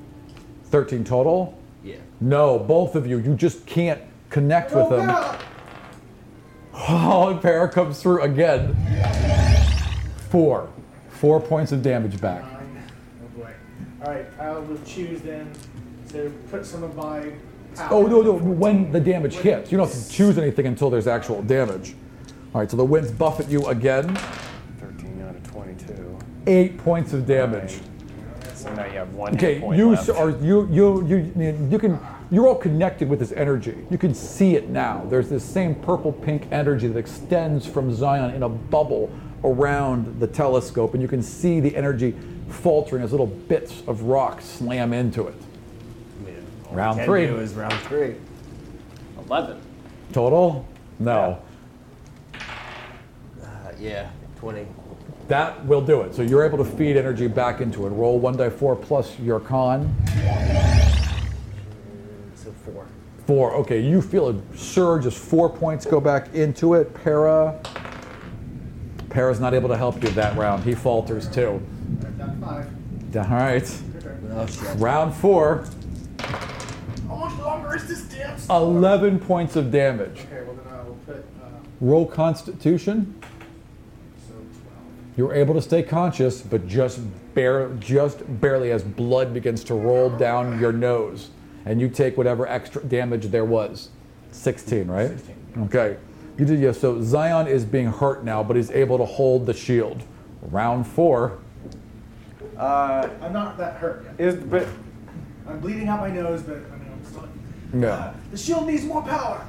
A: 13 total?
T: Yeah.
A: No, both of you. You just can't connect with them. Oh, and Para comes through again. Four. Four points of damage back.
F: Oh boy. All right, I will choose then to put some of my.
A: Oh, no, no. When the damage hits, you don't have to choose anything until there's actual damage. All right, so the winds buffet you again.
J: 13 out of 22.
A: Eight points of damage.
J: So now you have one hit
A: Okay,
J: point
A: you
J: left.
A: s- are you you you you can you're all connected with this energy. You can see it now. There's this same purple pink energy that extends from Zion in a bubble around the telescope, and you can see the energy faltering as little bits of rock slam into it. Round
S: Can
A: three
S: do is round three. Eleven.
A: total. No,
T: Uh, yeah, 20.
A: that will do it. So you're able to feed energy back into it. Roll one die four plus your con.
T: So four.
A: Four. Okay, you feel a surge as four points go back into it. Para. Para's not able to help you that round. He falters too.
F: Down five.
A: All right.
T: Oh, shit.
A: Round four.
F: How much longer is this damn? s-
A: 11 points of damage.
F: Okay, well then I will put. Uh,
A: Roll Constitution. You're able to stay conscious, but just bare, just barely as blood begins to roll down your nose, and you take whatever extra damage there was. 16, right? Okay. You did yeah. So Zion is being hurt now, but he's able to hold the shield. Round four.
J: Uh,
F: I'm not that hurt yet.
J: is but
F: I'm bleeding out my nose, but I mean I'm still.
A: No.
F: The shield needs more power.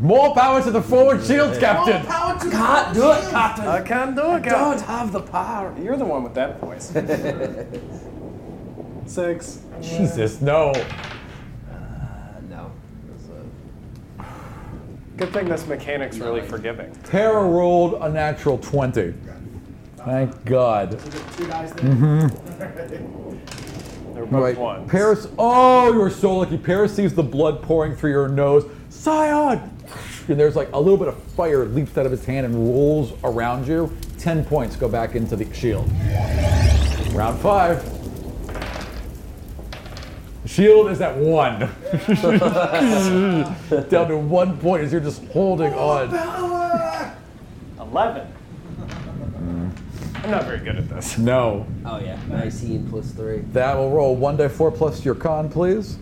A: More power to the forward shield, Captain.
F: More power to
T: Can't
F: the
T: do it, Captain.
J: I can't do it,
T: Don't
J: guys.
T: have the power.
J: You're the one with that voice. Six.
A: Jesus, no.
T: Uh, no. It was, uh,
J: Good thing this mechanic's really forgiving.
A: Tara rolled a natural 20. Thank God.
F: Two guys there. Mm-hmm.
J: They're both
A: Right.
J: ones.
A: Paris, oh, you're so lucky. Paris sees the blood pouring through your nose. Scion! And there's like a little bit of fire leaps out of his hand and rolls around you. Ten points go back into the shield. Round five. Shield is at one. Down to one point as you're just holding on.
J: Eleven. I'm not very good at this.
A: No.
T: oh, yeah. 19 plus three.
A: That will roll one die four plus your con, please.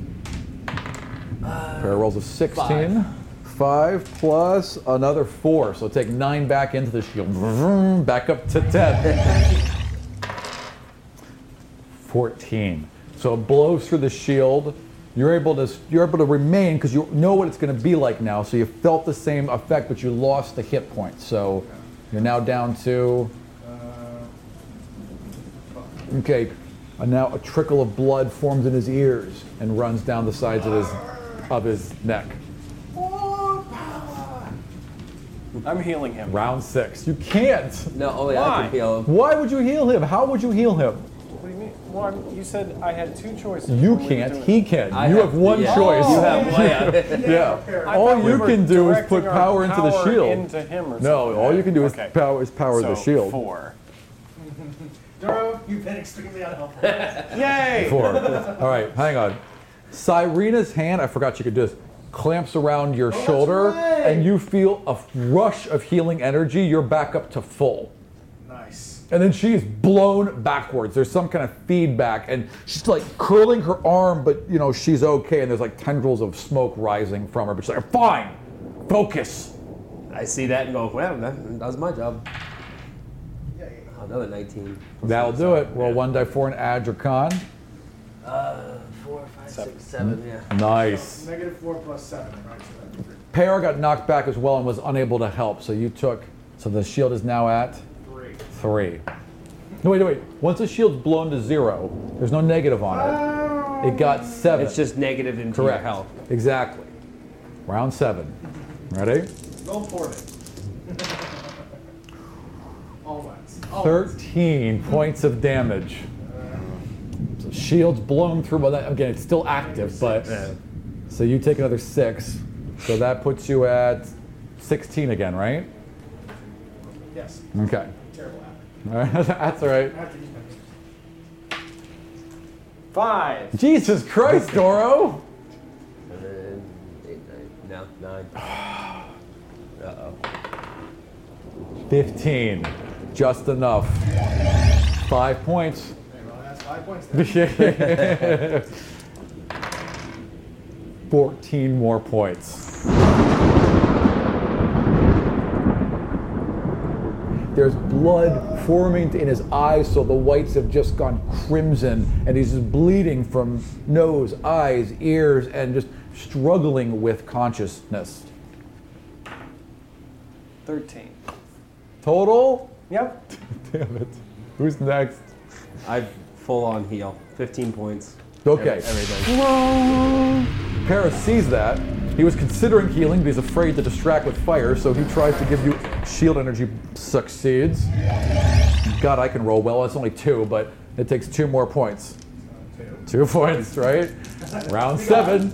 A: Pair rolls of 16. Five. plus another four. So take nine back into the shield. Vroom, back up to 10. 14. So it blows through the shield. You're able to you're able to remain because you know what it's going to be like now. So you felt the same effect, but you lost the hit point. So you're now down to Okay, and now a trickle of blood forms in his ears and runs down the sides of his of his neck.
J: I'm healing him.
A: Round six. You can't.
T: No, only I
J: Why?
T: can feel him.
A: Why would you heal him? How would you heal him?
J: What do you mean? Well, I'm- you said I had two choices.
A: You
J: when we were
A: can't.
J: doing
A: He
J: this.
A: can.
T: I
A: you
T: have-
A: have one
T: yeah.
A: choice.
T: You
J: have
A: yeah.
J: I
A: All
J: thought we
A: you
J: were
A: can do is put
J: directing our
A: power into the
J: power
A: shield.
J: into him or
A: no,
J: something.
A: all you can do is
J: Okay.
A: power is power
J: so
A: the shield.
J: Four.
F: Duro, you've been extremely unhelpful.
J: Yay!
A: Four. All right, hang on. Cyrena's hand, I forgot you could do this, clamps around
J: Oh,
A: your shoulder,
F: right.
A: and you feel a rush of healing energy. You're back up to full.
F: nice.
A: And then she's blown backwards. There's some kind of feedback, and she's like curling her arm, but you know, she's okay, and there's like tendrils of smoke rising from her, but she's like, fine, focus.
H: I see that and go, well, that
T: That was my job. Another 19.
A: That'll do it. Roll one die four and add your con.
T: Uh, four, five, six, seven. Yeah.
A: Nice.
F: Negative four plus seven, right? So that's three.
A: Pear got knocked back as well and was unable to help, so you took so the shield is now at
F: Three.
A: three. No, wait, no, wait. Once the shield's blown to zero, there's no negative on it. It got seven.
H: it's just negative into your
A: correct.
H: health.
A: Exactly. Round seven. Ready?
F: Roll for it. All right.
A: 13 points of damage. So shield's blown through, but that, again, it's still active, but. So you take another six. So that puts you at 16 again, right?
F: Yes.
A: Okay.
F: Terrible
A: All right, that's all right.
J: Five.
A: Jesus Christ, Doro!
H: Seven, Uh, eight, nine. No, nine. Uh oh.
A: 15. Just enough. Five points.
F: That's five points.
A: 14 more points. There's blood forming in his eyes, so the whites have just gone crimson, and he's just bleeding from nose, eyes, ears, and just struggling with consciousness.
J: 13.
A: Total?
J: Yep.
A: Damn it. Who's next?
H: I full on heal. 15 points.
A: Okay.
H: Every- Everything.
A: Paris sees that. He was considering healing, but he's afraid to distract with fire, so he tries to give you shield energy, succeeds. God, I can roll well. It's only two, but it takes two more points. Two points, right? Round seven.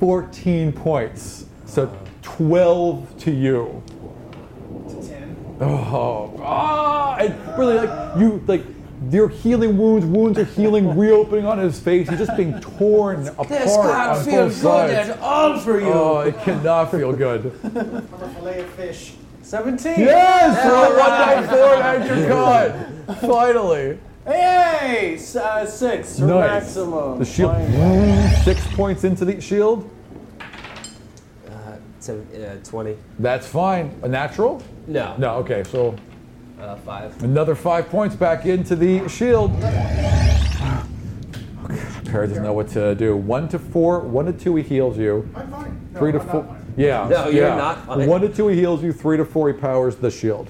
A: 14 points. So 12 to you. Oh, ah, and really, like you, like your healing wounds, wounds are healing, reopening on his face. He's just being torn apart.
S: This can't
A: on
S: feel
A: both
S: good
A: sides.
S: at all for you.
A: Oh, it cannot feel good.
F: I'm a fillet of fish.
J: 17.
A: yes, roll
J: All right.
A: one nine four at your god. Finally,
J: Hey, s- uh, six for
A: nice.
J: maximum.
A: The shield, six points into the shield.
H: Uh, seven, uh, 20.
A: That's fine. A natural?
H: No.
A: No. Okay, so
H: Uh, 5.
A: Another five points back into the shield. Parrot doesn't know what to do. One to four, one to two, he heals you.
F: I'm fine.
A: three to four. Yeah.
H: No, you're
A: yeah.
H: not fine.
A: One to two, he heals you. Three to four, he powers the shield.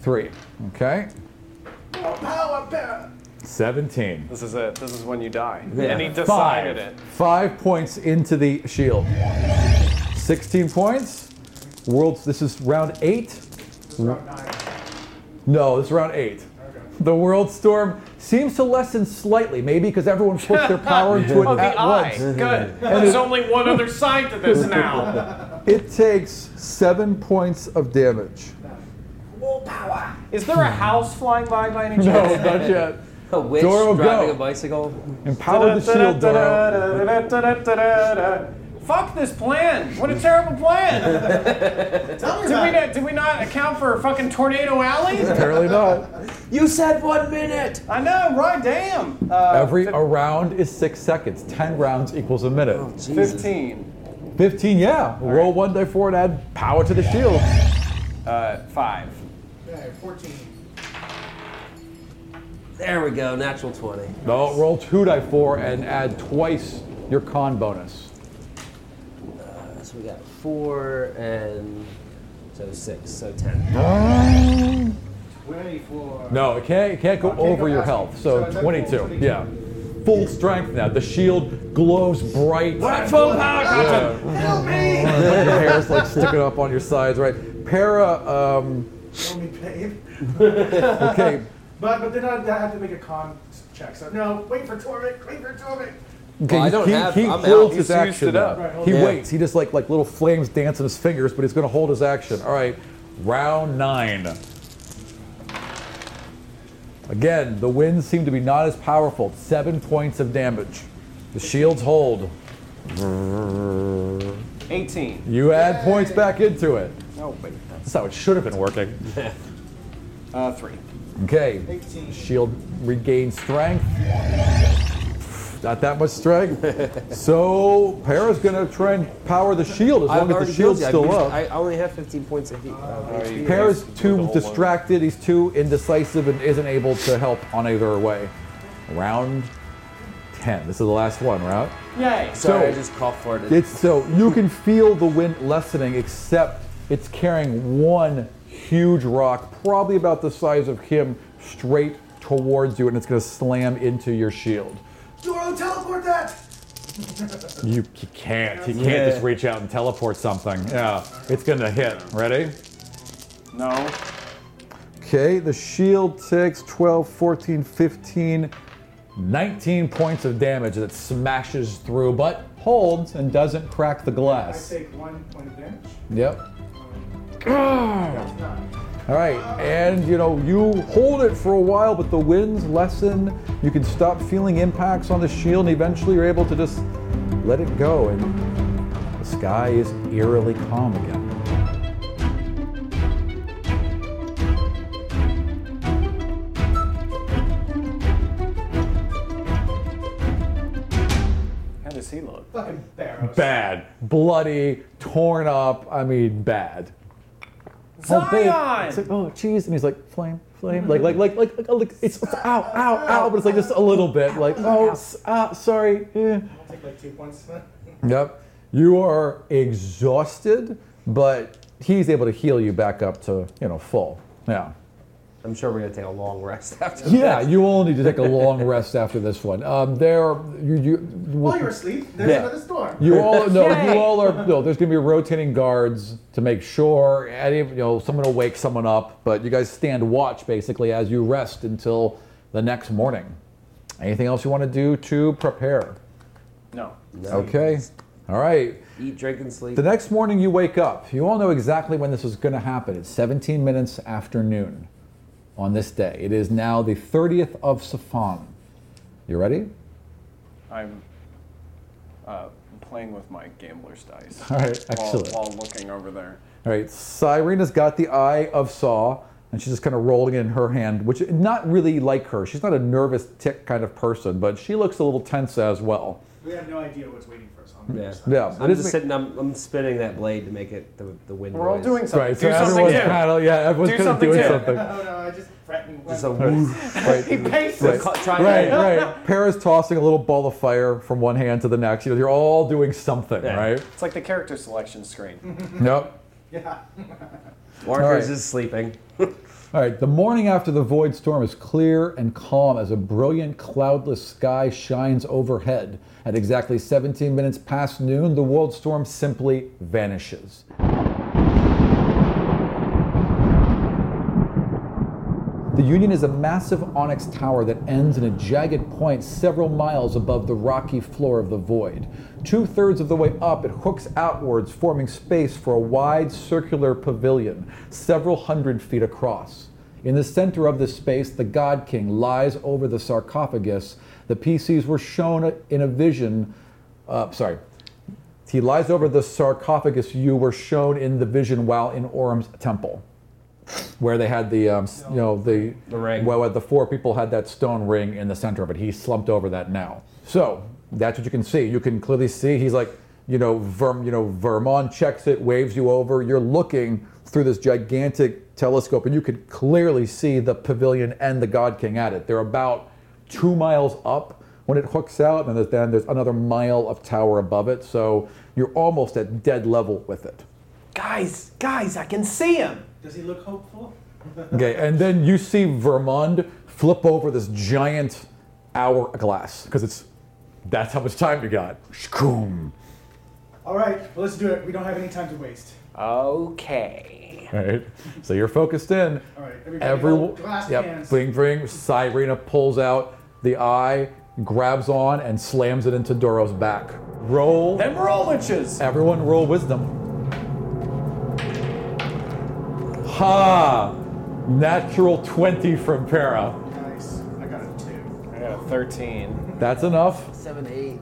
A: Three. Okay.
J: Oh, power, power.
A: 17.
J: This is it. This is when you die.
A: Yeah.
J: And he decided it.
A: Five points into the shield. 16 points. Worlds, this is round eight. No, this is round eight. The world storm seems to lessen slightly, maybe because everyone pushed their power into it
J: Oh, the
A: at
J: eye.
A: once.
J: Good.
A: And
J: There's
A: it,
J: only one other side to this now.
A: it takes seven points of damage.
J: Willpower. Is there a house flying by by any
A: No,
J: chance?
A: not yet.
H: A witch
A: Doro,
H: driving
A: go.
H: a bicycle.
A: Empower the shield, Doro.
J: Fuck this plan! What a terrible plan!
F: Tell me
J: Did we
F: about it.
J: not, did we not account for fucking tornado alley?
A: Apparently not.
J: You said one minute. I know, right? Damn. Uh,
A: Every a round is six seconds. Ten rounds equals a minute.
J: fifteen.
A: 15, yeah. Roll one die four and add power to the shield.
J: Uh, five.
F: Okay, 14.
H: There we go, natural 20.
A: No, roll two die four and add twice your con bonus.
H: So we got 4 and. So 6, so 10.
A: No, it can't, it can't go over your health. So
F: So
A: 22, yeah. Full strength now. The shield glows bright.
S: Right, full power, Captain.
A: Ah!
F: Help me!
A: Your hair's like sticking up on your sides, right? Para, um,
F: Help me, babe.
A: okay,
F: But, but then I, I have to make a con check. So, no, wait for Torvik. Wait for Torvik.
A: Okay,
H: Well, I
A: he-
H: don't
A: he,
H: have-
A: he
H: I'm out.
A: holds his
H: He's used
A: action.
H: it
A: though.
H: up.
F: Right, hold
A: he
F: on.
A: waits. He just like like little flames dance in his fingers, but he's gonna hold his action. All right, round nine. Again, the winds seem to be not as powerful. Seven points of damage. The shields hold.
J: Eighteen.
A: You add points back into it.
J: No, wait.
A: That's how it should have been working.
J: Uh, three.
A: Okay.
F: 18.
A: Shield regains strength. Not that much strength. so Para's gonna try and power the shield as long as the shield's still up.
H: I only have 15 points of heat. Uh,
J: you
A: Para's
J: guys do the
A: too
J: whole
A: distracted. He's too indecisive and isn't able to help on either way. Round ten. This is the last one, right?
J: one. Yay.
H: Sorry, I
A: so-
H: just cough farted.
A: It's so you can feel the wind lessening, except it's carrying one huge rock, probably about the size of him, straight towards you, and it's going to slam into your shield.
F: Doro, teleport that!
A: You, you can't. You can't just reach out and teleport something. Yeah, it's going to hit. Ready?
J: No.
A: Okay, the shield takes 12, 14, 15, 19 points of damage that smashes through, but holds and doesn't crack the glass.
F: take one point of damage.
A: Yep. All right, and you know, you hold it for a while, but the winds lessen. You can stop feeling impacts on the shield, and eventually you're able to just let it go, and the sky is eerily calm again.
J: How does he look?
F: Fucking barrow.
A: Bad. Bloody, torn up. I mean, bad. Oh, babe.
F: Zion!
A: It's like, oh, jeez. And he's like, flame, flame. Like, like, like, like, like, like it's, it's ow, ow, ow. But it's like just a little bit. Like, oh, s- ah, sorry. eh.
F: I'll take like two points.
A: Yep. You are exhausted, but he's able to heal you back up to, you know, full. Yeah.
T: I'm sure we're gonna take a long rest after.
A: Yeah, you will need to take a long rest after this one. Um, there, you, you.
F: While you're asleep, there's another storm.
A: You all no,
F: Yay.
A: you all are no. There's gonna be rotating guards to make sure any you know someone will wake someone up, but you guys stand watch basically as you rest until the next morning. Anything else you want to do to prepare?
J: No.
A: Okay. All right.
T: Eat, drink, and sleep.
A: The next morning you wake up. You all know exactly when this is going to happen. It's 17 minutes after noon on this day. It is now the 30th of Safan. You ready?
J: I'm uh, playing with my gambler's dice.
A: All right,
J: while-
A: excellent.
J: While, looking over there.
A: All right, Cyrena's got the eye of Saw, and she's just kind of rolling it in her hand, which not really like her. She's not a nervous tick kind of person, but she looks a little tense as well.
F: We have no idea what's waiting for us.
T: Yeah.
A: Yeah, it
T: I'm
A: is
T: just
A: ma-
T: sitting. I'm, I'm spinning that blade to make it the, the wind.
J: We're all
T: noise.
J: doing something.
A: Right, so everyone's kind of yeah, everyone's
T: Do
A: kind of
T: something
A: doing
T: too.
A: something.
T: Just a woof.
A: Right,
T: He paces.
A: right,
T: Ca-
A: right,
T: trying to-
A: right. Para's tossing a little ball of fire from one hand to the next. You know, you're all doing something, right?
J: It's like the character selection screen.
A: Yep.
F: Yeah.
T: Orcus
A: right.
T: is sleeping.
A: All right, the morning after the void storm is clear and calm as a brilliant cloudless sky shines overhead. At exactly 17 minutes past noon, the world storm simply vanishes. The Union is a massive onyx tower that ends in a jagged point several miles above the rocky floor of the void. Two thirds of the way up, it hooks outwards, forming space for a wide circular pavilion, several hundred feet across. In the center of this space, the God King lies over the sarcophagus. The PCs were shown in a vision, uh, sorry, he lies over the sarcophagus you were shown in the vision while in Orm's temple, where they had the, um, s- you know, the, the ring. Well, the four people had that stone ring in the center of it. He slumped over that now. So that's what you can see. You can clearly see he's like, you know, Verm, you know, Vermont checks it, waves you over. You're looking through this gigantic telescope, and you could clearly see the pavilion and the God King at it. They're about two miles up when it hooks out, and then there's another mile of tower above it. So you're almost at dead level with it.
S: Guys, guys, I can see him.
F: Does he look hopeful?
A: Okay, and then you see Vermond flip over this giant hour glass because it's that's how much time you got. Shkoom.
F: All right, well, let's do it. We don't have any time to waste.
S: Okay.
A: All right, so you're focused in.
F: All right, everybody
A: Everyone,
F: hold glass
A: yep,
F: cans.
A: bling bling. Cyrena pulls out the eye, grabs on, and slams it into Doro's back. Roll.
J: Them roll itches.
A: Everyone roll wisdom. Ha! Natural 20 from Para.
F: Nice. I got a two.
J: I got a 13.
A: That's enough.
T: Seven, eight,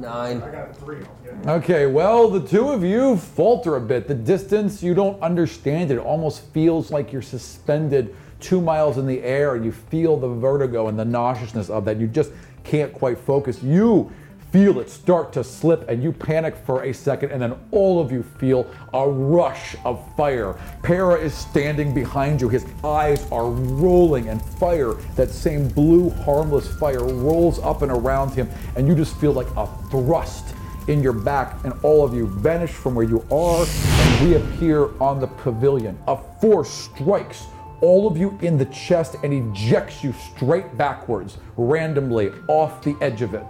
T: nine.
F: I got a three. Yeah.
A: Okay, well, the two of you falter a bit. The distance, you don't understand it. It almost feels like you're suspended two miles in the air and you feel the vertigo and the nauseousness of that. You just can't quite focus. You feel it start to slip and you panic for a second, and then all of you feel a rush of fire. Para is standing behind you. His eyes are rolling, and fire, that same blue, harmless fire, rolls up and around him, and you just feel like a thrust in your back, and all of you vanish from where you are and reappear on the pavilion. A force strikes all of you in the chest and ejects you straight backwards, randomly off the edge of it.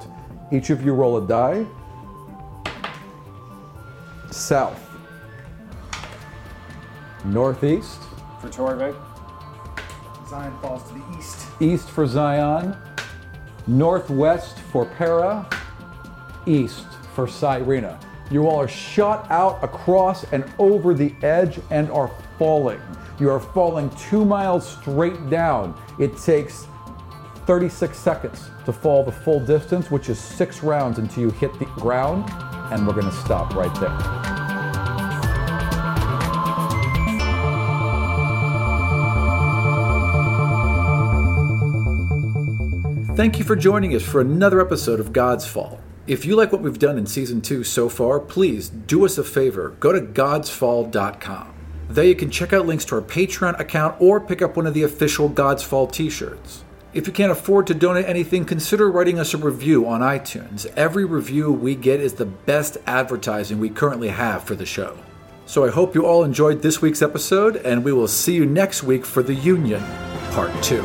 A: Each of you roll a die. South, northeast,
J: For Torvik.
F: Zion falls to the east.
U: East for Zion, northwest for Para, east for Cyrena. You all are shot out across and over the edge and are falling. You are falling two miles straight down. It takes 36 seconds to fall the full distance, which is six rounds until you hit the ground, and we're gonna stop right there.
A: Thank you for joining us for another episode of God's Fall. If you like what we've done in season two so far, please do us a favor. Go to godsfall.com. There you can check out links to our Patreon account or pick up one of the official God's Fall t shirts. If you can't afford to donate anything, consider writing us a review on iTunes. Every review we get is the best advertising we currently have for the show. So I hope you all enjoyed this week's episode, and we will see you next week for The Union, Part 2.